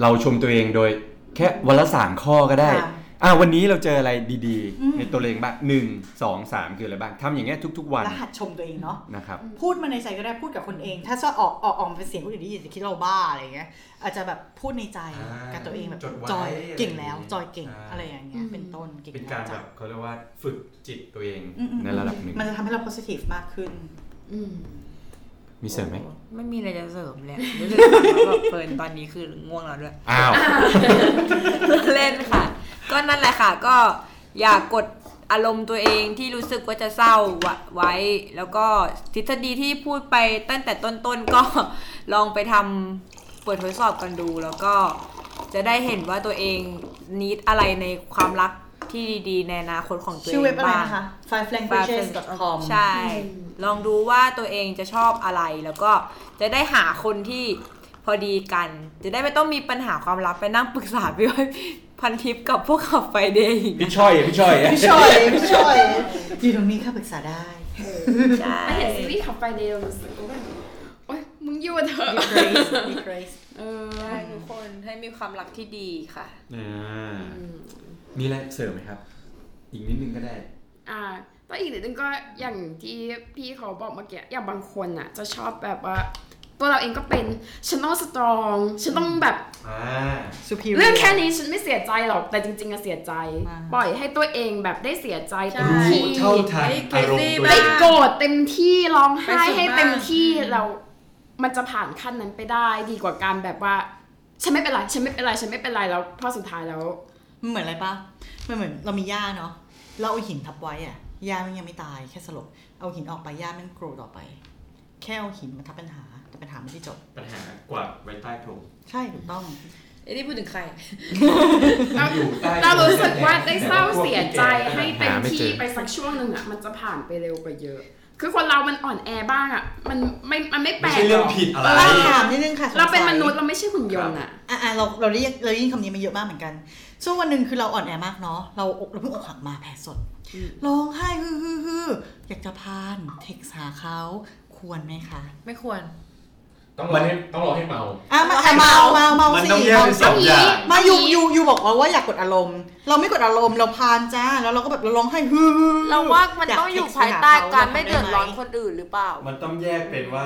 S1: เราชมตัวเองโดย แค่วันละสามข้อก็
S5: ๆ
S1: ได้
S5: ค่ะ
S1: อ่ะวันนี้เราเจออะไรดีๆ ในตัวเองบ้างหนึ่งสองสามคืออะไรบ้างทำอย่างเงี้ยทุก ๆ วัน
S5: รหัสชมตัวเองเนาะ
S1: นะครับ
S5: พูดมาในใจก็ได้พูดกับคนเอง ถ้าจะออกออกออกมาเป็นเสียงคนอื่นได้ยินจะคิดเราบ้าอะไรอย่างเงี้ยอาจจะแบบพูดในใจ
S2: อ่า
S5: กับตัวเองแบบ
S2: จดไว้
S5: จอย
S2: อะไรอย่างเงี้ย
S5: เก่งแล้วจอยเก่ง
S2: อ่า
S5: อะไรอย่างเงี้ยเป็นต้นเก่ง
S2: เป็น
S5: แล้ว
S2: การแบ
S5: จ้ะ
S2: บเขาเรียกว่าฝึกจิตตัวเอง
S5: อืมอืม
S1: ในระดับหนึ่ง
S5: มันจะทำให้เรา positive มากขึ้น
S4: อืม
S1: มีเสริมไหม
S6: ไม่มีอะไรจะเสริมเลยรู้สึกว่าแบบเฟิร์นตอนนี้คือง่วงแล้วด้วย
S1: อ้าว
S6: เล่นค่ะ ก็นั่นแหละค่ะ ก็อย่ากกดอารมณ์ตัวเองที่รู้สึกว่าจะเศร้าไว้ แล้วก็ทฤษฎีที่พูดไปตั้งแต่ต้นๆ ก็ ลองไปทำเปิดทดสอบกันดู แล้วก็จะได้เห็นว่าตัวเองนิดอะไรในความรักที่ดีๆ ในอนาคตของตัวเอง
S5: ชื่อเว็บอะไร
S6: บ้าง
S5: นะคะ five languages com
S6: ใช่ ลองดูว่าตัวเองจะชอบอะไร แล้วก็จะได้หาคนที่พอดีกัน จะได้ไม่ต้องมีปัญหาความลับไปนั่งปรึกษาพี่อ้อยพันทิปกับพวกขับไฟเดย์อีก
S2: พี่ช่อยพี่ช่อย
S5: พี่ชอยพี่ชอยอยู่ตรงนี้ค่ะปรึกษาได้
S6: ใช่
S4: ถ้าเห็นซีรีส์ขับไปเดียวรู้สึกว่าแบบโอ๊ยมึงอยู่เถอะ
S5: be grace be grace
S4: เออ
S6: ใช่ทุกคนให้มีความรักที่ดีค่ะ
S1: อ่ามีอะไรเสริมไหมครับ อีกนิดนึงก็ได้
S4: อ่าแต่อีกนิดนึงก็อย่างที่พี่เขาบอกเมื่อกี้อย่างบางคนอ่ะ จะชอบแบบว่า ตัวเราเองก็เป็นฉันต้องสตรอง ฉันต้องแบบ
S2: อ่า
S5: superior
S4: เรื่องแค่นี้ฉันไม่เสียใจหรอกแต่จริงๆอะเสียใจ
S5: อ่า
S4: ปล่อยให้ตัวเองแบบได้เสียใจเต็ม
S2: รู้
S4: ที่
S2: เท่าทันอารมณ์ตัว
S4: ได้
S2: เอง
S4: โกรธเต็มที่ร้องไห้
S6: ไปสุด
S4: ให้เต็ม
S6: บ้าง
S4: ที่เรา มันจะผ่านขั้นนั้นไปได้ ดีกว่าการแบบว่า ฉันไม่เป็นไรฉันไม่เป็นไรฉันไม่เป็นไรแล้วพอสุดท้ายแล้ว
S5: มันเหมือนอะไรปะมันเหมือนเรามีหญ้าเนาะ เราเอาหินทับไว้อะหญ้ามันยังไม่ตายแค่สลบ เอาหินออกไปหญ้ามันโกรธต่อไป แค่เอาหินมาทับปัญหา แต่ปัญหาไม่ได้จบ
S2: ปัญหากว่าดไว้ใต้พรม
S5: ใช่ถูกต้อง
S6: ไอ้นี่พูดถึงใคร
S4: เรา
S2: อยู่ใต้
S4: เรารู้สึกว่าได้เศร้าเสียใจให้เต็ม
S1: หาไม่เจ
S4: ที่
S1: อ
S4: ไปสักช่วงหนึ่งอ่ะมันจะผ่านไปเร็วกว่าเยอะ คือคนเรามันอ่อนแอบ้างอ่ะ มันไม่มันไม่แปล
S2: ไม่
S4: ก
S2: ใช่เรื่องผิดอะไร
S5: เออถามนิดนึงค่ะสงสัย
S4: เราเป็นมนุษย์เราไม่ใช่หุ่นยนต์อ่ะ
S5: อ่ะอ่ะเราเราได้ยินเราได้ยินคำนี้มาเยอะมากเหมือนกันช่วงวันหนึ่งคือเราอ่อนแอมากเนาะ เราอกเราเพิ่งอกหักมาแผลสด ร้องไห้ฮือฮือฮืออยากจะพานเทคหาเขาควรไหมคะ
S6: ไม่ควร
S7: ต้องรอให้ต้องรอให้เมา
S5: อ่ะมาอ่ะเมาเมาเมา
S2: มัน
S5: สิ
S2: ต้องแยก
S5: เมา
S2: เป็น
S5: สิ
S2: สองอย่าง
S5: ไมาอยู่อยู่อยู่บอกว่าว่าอยากกดอารมณ์ เราไม่กดอารมณ์เราพานจ้าแล้วเราก็แบบเราร้องไห้ฮือ
S6: เราว่ามันต้องอยู่ภายใต้การไม่เดือดร้อนคนอื่นหรือเปล่า
S2: มันต้องแยกเป็นว่า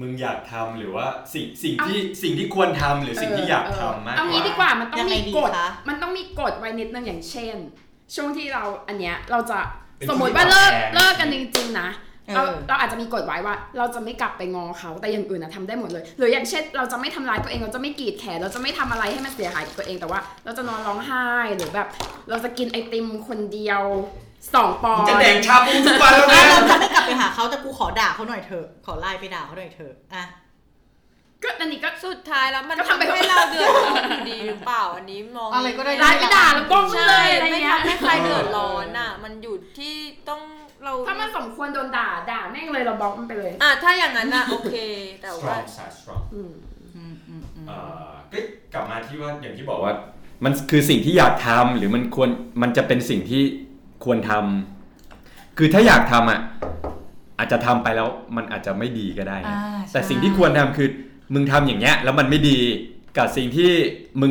S2: มึงอยากทำหรือว่าสิ่งสิ่งที่สิ่งที่ควรทำหรือสิ่งที่อยากทำมากก
S4: เอางี้
S2: ว่า
S4: ดีกว่ามันต้องมีกฎ
S5: คะ
S4: มันต้องมีกฎไว้นิดนึงอย่างเช่น ช่วงที่เราอันเนี้ยเราจะ
S2: เป็น
S4: สมมติว่าเลิก
S2: ที่ปรับแผน
S4: เลิกกันจริงๆนะ
S5: เอ
S4: เรา
S5: อ
S4: เราอาจจะมีกฎไว้ว่า เราจะไม่กลับไปงอเขาแต่อย่างอื่นนะทำได้หมดเลย หรืออย่างเช่น เราจะไม่ทำร้ายตัวเองเราจะไม่กรีดแขนเราจะไม่ทำอะไรให้มันเสียหายกับตัวเองแต่ว่า เราจะนอนร้องไห้หรือแบบ เราจะกินไอติมคนเดียวสองปอน
S2: มึงจะ
S4: ด์
S2: แดงชาบูทุกวันแล้วนะ
S5: เราจะไม่กลับไปหาเขาแต่กูขอด่าเขาหน่อยเถอะขอไลน์ไปด่าเขาหน่อยเถอะอ่ะ
S4: ก็อันนี้ก็
S6: สุดท้ายแล้วมัน
S4: ก็ทำไป
S6: ทำให้เราเดือดร้อนอยู่ดีหรือเปล่าอันนี้มอง
S5: อะไรก็ได้
S4: ร้านไปด่าแล้วก้มเล
S6: ใช่
S4: ยอะไร
S6: ไม่
S4: เงี้ย
S6: ทำให้ใครเดือดร้อนอ่ะ มันอยู่ที่ต้องเรา
S4: ถ้ามันสมควรโดนด่าด่าแม่งเลยเราบล็อกมันไปเลย
S6: อ่ะถ้าอย่างนั้นอ่ะ โอเค แต่ว่า
S2: strong สาย strong
S4: อืม
S5: อืมอืมอืม
S2: เอ่อก็กลับมาที่ว่าอย่างที่บอกว่า
S1: มันคือสิ่งที่อยากทำหรือมันควรมันจะเป็นสิ่งที่ควรทำคือถ้าอยากทำอ่ะอาจจะทำไปแล้วมันอาจจะไม่ดีก็ได้นะ
S5: อ่า
S1: แต่สิ่งที่ควรทำคือมึงทำอย่างเงี้ยแล้วมันไม่ดีกับสิ่งที่มึง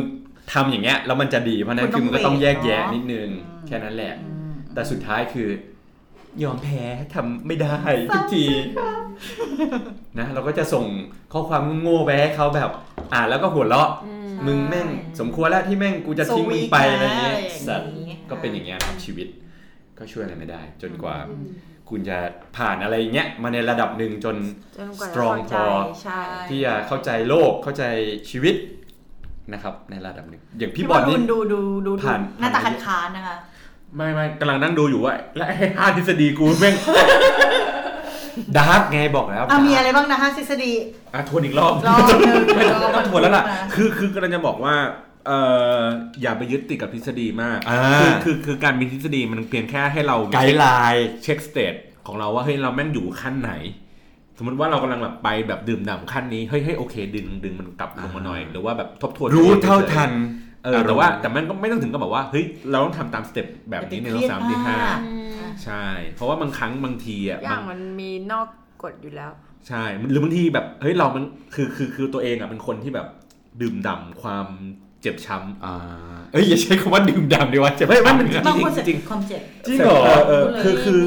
S1: ทำอย่างเงี้ยแล้วมันจะดีเพราะฉะนั้นคือมึงก็ต้องแยกแยะนิดนึงแค่นั้นแหละ
S5: อืม
S1: แต่สุดท้ายคือยอมแพ้ทำไม่ได้ทุกทีนะเราก็จะส่งข้อความโง่ๆไปให้เขาแบบ อ่านแล้วก็หัวเราะ มึงแม่งสมควรแล้วที่แม่งกูจะทิ้งมึงไปอะไรอย่างเงี้ยสัตว์ก็เป็นอย่างเงี้ยครับชีวิตก็ช่วยอะไรไม่ได้ จนกว่าคุณจะผ่านอะไรอย่างเงี้ยมาในระดับหนึ่งจน
S6: จนกว่าจะ
S1: strong
S6: เข้าใจ
S1: พอ
S6: ใช่
S1: ที่จะเข้าใจโลกเข้าใจชีวิตนะครับ ในระดับหนึ่งอย่างพี่
S5: พี่
S1: บบ อ
S5: อ
S1: ล
S5: ล
S1: นี่
S5: ดูดูดู
S1: ผ่าน
S5: หน้าตาคันคานๆนะคะ
S1: ไม่ไม่กำลังนั่งดูอยู่ว่าและไอ้ห้าทฤษฎีกูแม่ง ดาร์กไงบอกแล้ว
S5: อ่ะมีอะไรบ้างนะคะทฤษฎี
S7: อ่ะทวนอีกรอบ
S5: รอบหนึ่งรอบห
S7: ต้อ
S5: นึ่
S7: ง
S5: ง
S7: ทวนแล้วล่ะ คือคือกำลังจะบอกว่าเอ่ออย่าไปยึดติดกับทฤษฎีมาก
S1: อ่า
S7: คือคือคือการมีทฤษฎีมันเพียงแค่ให้เรา
S1: ไกด์ไลน์
S7: เช็คสเตทของเราว่าเฮ้ยเราแม่งอยู่ขั้นไหน สมมติว่าเรากำลังแบบไปแบบดื่มด่ำขั้นนี้เฮ้ยเฮ้ยโอเค ดึงดึงมันกลับลงมาหน่อยหรือว่าแบบทบทวน
S1: รู้
S7: ตัวอง
S1: เท่าทัน
S7: เออแต่ว่าแต่มันก็ไม่ต้องถึงกับแบบว่าเฮ้ยเราต้องทำตามสเต็ปแบบนี้ในรอบสามที่ห้า
S6: อืม
S7: ใช่ เพราะว่าบางครั้งบางทีอ่ะ
S6: อย่า
S7: บาง ง
S6: มันมีนอกกฎอยู่แล้ว
S7: ใช่ หรือบางทีแบบ เฮ้ย เรามัน คือ คือ คือ ตัวเองอ่ะ เป็นคนที่แบบ ดื่มด่ำความเจ เจ็บช้
S1: อ่าเอ้ยอย่าใช้คำว่าดื่มด่ำดีวะ
S7: ำ
S1: เจ็บ
S7: เฮ้ยไม่มัน
S5: บางคน
S7: จ
S5: เจ็บ
S7: ริงจริง
S5: ความเจ็บ
S1: จริงเหรอ
S7: เออ
S1: คือคือ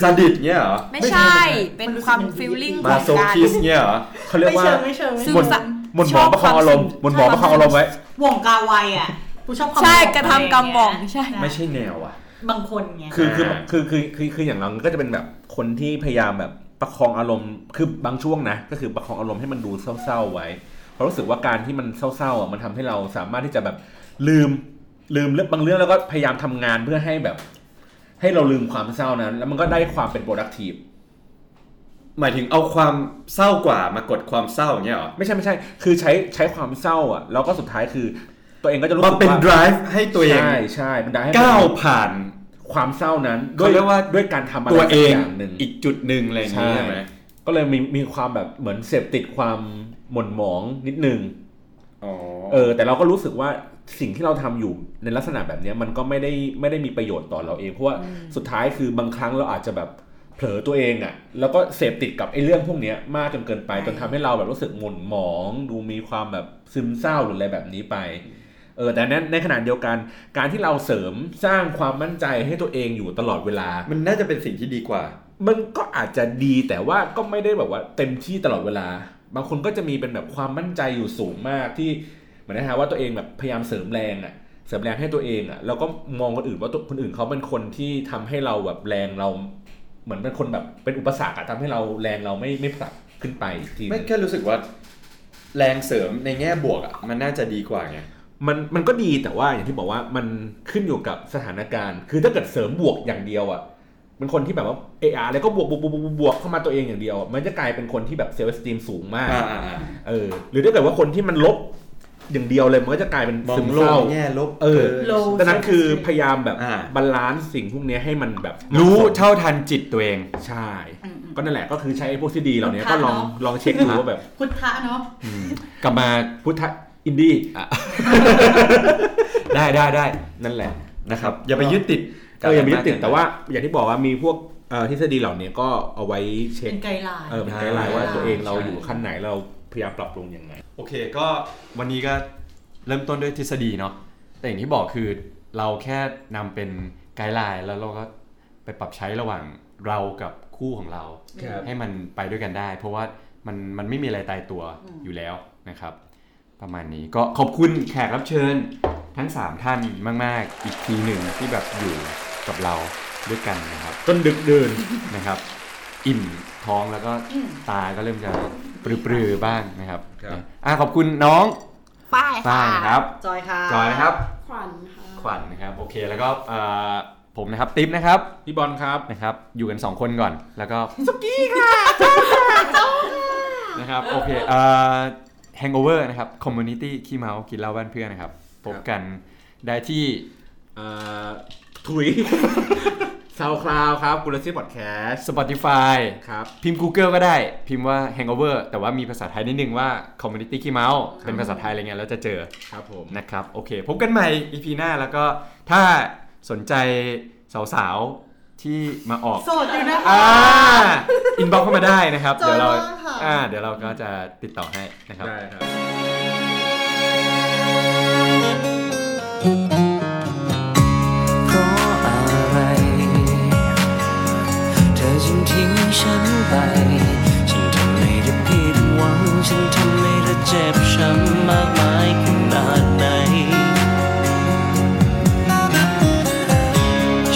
S1: ซาดิสเงี้ยเหรอ
S6: ไม่ใช่เป็นความฟิลลิ่งข
S1: มา
S6: อง
S1: โซ
S6: การ
S1: คิสเงี้ยเหรอ
S7: เขาเรียกว่า
S5: ไม่เชิงไม่เชิงไม่
S6: ซึ
S5: เชิ
S6: ม
S5: ง
S7: บน
S6: ซับ
S7: หมนหมอประคองอารมณ์หมนหมอประคองอารมณ์ไว้
S5: หว่องกาไวอ่ะกูชอบความ
S6: ใช่
S5: หว่อง
S6: กระทำกำบ่องใช่
S7: ไม่ใช่แนวอ่ะ
S5: บางคนไง
S7: คือคือ
S1: อ่า
S7: คือคือคือคืออย่างเราก็จะเป็นแบบคนที่พยายามแบบประคองอารมณ์คือบางช่วงนะ ก็คือประคองอารมณ์ให้มันดูเศร้าๆไว้เพราะรู้สึกว่าการที่มันเศร้าๆอ่ะมันทำให้เราสามารถที่จะแบบลืมลืมเรื่องบางเรื่องแล้วก็พยายามทำงานเพื่อให้แบบ ให้เราลืมความเศร้านั้น แล้วมันก็ได้ความเป็น productive
S1: หมายถึงเอาความเศร้ากว่ามากดความเศร้าอย่างเงี้ยเหรอ
S7: ไม่ใช่ไม่ใช่ คือใช้ใช้ความเศร้าอ่ะแล้วก็สุดท้ายคือ ตัวเองก็จะรู้
S1: มา
S7: สึก
S1: เป็น
S7: ว่า
S1: drive ให้ตัวเอง
S7: ใช่ใช่มันได้ให้
S1: ก้าวผ่าน
S7: ความเศร้านั้นด้ว
S1: เขา
S7: ย
S1: เรียกว่า
S7: ด้วยการทำอะไร
S1: ตัว
S7: สัก
S1: เอง
S7: อย่างหนึ่ง
S1: อีกจุดหนึ่งอะไรอย่างงี้ใช่ไหม
S7: ก็เลยมีมีความแบบเหมือนเสพติดความหม่นหมองนิดนึง
S1: อ๋อ
S7: เออ แต่เราก็รู้สึกว่าสิ่งที่เราทำอยู่ในลักษณะแบบเนี้ยมันก็ไม่ได้ไม่ได้มีประโยชน์ต่อเราเอง เพราะว่าสุดท้ายคือบางครั้งเราอาจจะแบบเผลอตัวเองอะ่ะ แล้วก็เสพติดกับไอ้เรื่องพวกเนี้ยมากจนเกินไป
S5: ใช่
S7: จนทำให้เราแบบรู้สึกหม่นหมอง ดูมีความแบบซึมเศร้าหรืออะไรแบบนี้ไป เออ แต่นั้นในขณะเดียวกัน การที่เราเสริมสร้างความมั่นใจให้ตัวเองอยู่ตลอดเวลา
S1: มันน่าจะเป็นสิ่งที่ดีกว่า
S7: มันก็อาจจะดีแต่ว่าก็ไม่ได้แบบว่าเต็มที่ตลอดเวลา บางคนก็จะมีเป็นแบบความมั่นใจอยู่สูงมากที่เหมือนนะฮะว่าตัวเองแบบพยายามเสริมแรงอะเสริมแรงให้ตัวเองอะแล้วก็มองคนอื่นว่าตัวคนอื่นเขาเป็นคนที่ทำให้เราแบบแรงเรา เหมือนเป็นคนแบบเป็นอุปสรรคอะทำให้เราแรงเราไม่ไม่ผลักขึ้นไปอีกทีหนึ่ง
S1: ไม่แค่รู้สึกว่า แรงเสริมในแง่บวกอ่ะมันน่าจะดีกว่าไง
S7: มันมันก็ดีแต่ว่าอย่างที่บอกว่ามันขึ้นอยู่กับสถานการณ์ คือถ้าเกิดเสริมบวกอย่างเดียวอะ่ะเป็นคนที่แบบว่าเออาร์แล้วก็บวกบวกบวกบวกบวกเข้ามาตัวเองอย่างเดียวอะมันจะกลายเป็นคนที่แบบเซลล์สตีมสูงมาก
S1: อ่าอ่าอ่า
S7: เออหรือถ้าเกิดว่าคนที่มันลบอย่างเดียวเลยมันก็จะกลายเป็น
S1: มอง
S7: ซึม
S1: โล
S7: เศ
S1: ก
S7: ร้า
S1: ในแง่ลบ
S7: เออ ดังนั้นคือพยายามแบบ
S1: อ่า
S7: บาลานซ์สิ่งพวกเนี้ยให้มันแบบ
S1: รู้เท่าทันจิตตัวเอง
S7: ใช่ ก็นั่นแหละก็คือใช้ไอ้พวกที่ดีเหล่านี้ก็ลอง
S5: พุทธะเนอะ
S7: ลองเช็คดูว่าแบบ
S5: พุทธะเนาะ
S1: กลับมา
S7: พุทธะอินดี้
S1: ได้ได้ได้
S7: นั่นแหละ
S1: นะครับ อย่าไปยึดติด
S7: เอออย่าไปยึดติดแต่ว่าอย่างที่บอกว่ามีพวกเอ่อทฤษฎีเหล่านี้ก็เอาไว้เช็
S5: เป็
S7: คน
S5: ไกด์ไลน์
S7: เออเป็นไกด์ไลน์ว่าตัวเองเราอยู่ขั้นไหนเราพยายามปรับปรุงยังไง
S1: โอเคก็วันนี้ก็เริ่มต้นด้วยทฤษฎีเนาะแต่อย่างที่บอกคือเราแค่นำเป็นไกด์ไลน์แล้วเราก็ไปปรับใช้ระหว่างเรากับคู่ของเรา
S7: ครับ
S1: ให้มันไปด้วยกันได้ เพราะว่ามันมันไม่มีอะไรตายตัวอยู่แล้วนะครับ ประมาณนี้ก็ขอบคุณแขกรับเชิญทั้ง 3 ท่านมาก ๆ อีกทีหนึ่งที่แบบอยู่กับเราด้วยกันนะครับ
S7: จนดึกดื่น
S1: นะครับ อิ่มท้องแล้วก็ตาก็เริ่มจะปรือๆบ้างนะครับ
S7: ครับ
S1: อ่ะขอบคุณน้อง
S6: ป้าย
S1: ฝ้า
S6: ค่ะ
S1: ยนะครับ
S5: จอยค่ะ
S1: จอยนะครับ
S4: ขวัญค่ะ
S1: ขวัญนะครับ โอเคแล้วก็เอ่อผมนะครับติ๊บนะครับ
S7: พี่บอลครับ
S1: นะครับ อยู่กัน 2 คนก่อนแล้วก็สกี้ค่ะจ้าค่ะนะครับโอเคเอ่อ hangover นะครับ community ขี้เมากินเหล้าบ้านเพื่อนนะครับพบกันได้ที่
S7: เอ่อถุย ซาวคลาวครับกุลซี่พอดแคสต์
S1: Spotify
S7: ครับ
S1: พิมพ์ Google ก็ได้พิมพ์ว่า hangover แต่ว่ามีภาษาไทยนิดนึงว่า community ขี้เมา
S7: ครับ
S1: เป็นภาษาไทยอะไรเงี้ยแล้วจะเจอ
S7: ครับผม
S1: นะครับ โอเค พบกันใหม่ EP หน้าแล้วก็ถ้าสนใจสาวๆ ที่มาออก
S5: โสดอยู่นะคะ
S1: อ่าอินบ็อกเข้ามาได้นะครับ
S5: จอย
S1: เดี๋ยวเรา
S5: มากค่ะ
S1: อ่าเดี๋ยวเราก็จะติดต่อให้นะครับ
S7: ได้ครับ
S9: เพราะอะไร เธอจึงทิ้งฉันไป ฉันทำให้เธอผิดหวัง ฉันทำให้เธอเจ็บช้ำมากมายขนาดไหน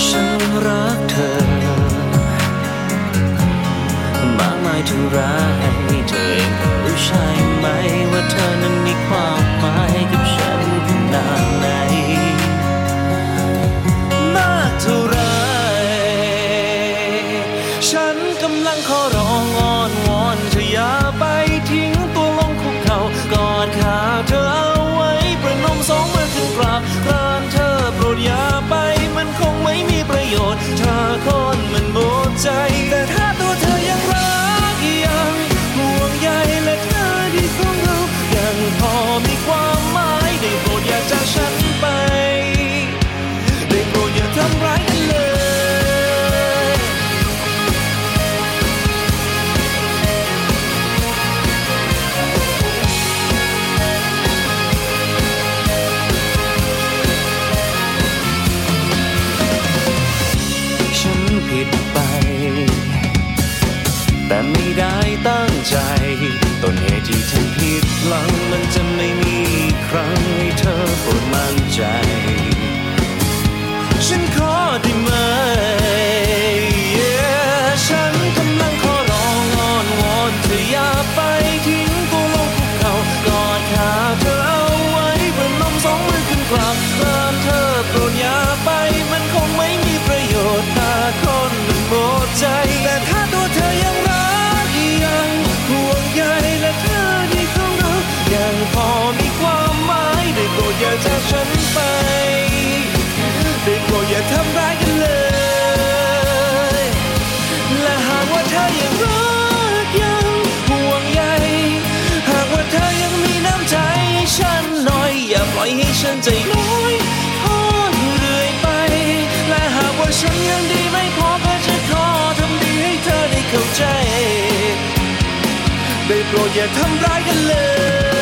S9: ฉันรักเธอ มากมายเท่าไรเธอเองก็รู้ใช่ไหม ว่าเธอนั้นมีความหมายกับฉันขนาดไหน มากเท่าไร ฉันกำลังขอร้องอ้อนวอนเธออย่าไปทิ้งตัวลงคุกเขา่ากอดขาเธอเอาไว้ประนมสองมือขึ้นกราบกรานเธอโปรดอย่าไป มันคงไม่มีประโยชน์ เธอคนมันหมดใจ แต่ถ้าตัวเธอยังรักยังห่วงใยและเธอที่ของเรายังพอมีความหมายได้โปรดอย่าจากฉัน ที่เธอผิดหลังมันจะไม่มีอีกครั้งให้เธอโปรดมั่นใจ ฉันขอได้ไหม Yeah ฉันกำลังขอร้องอ้อนวอนเธออย่าไปทิ้งตัวลงภูเขากอดขาเธอเอาไว้ประนมสองมือขึ้นกลับตามเธอโปรดอย่าไป มันคงไม่มีประโยชน์ถ้าคนมันหมดใจ แต่ถ้าตัวเธอยังรักยังห่วงใยและเธอที่เขารักยังพอมีความหมายได้โปรดอย่าจากฉันไป ได้โปรดอย่าทำร้ายกันเลย และหากว่าเธอยังรักยังห่วงใย หากว่าเธอยังมีน้ำใจให้ฉันหน่อย อย่าปล่อยให้ฉันใจลอยทอดเรื่อยไป และหากว่าฉันยังดีไม่พอก็จะขอทำดีให้เธอได้เข้าใจ ได้โปรดอย่าทำร้ายกันเลย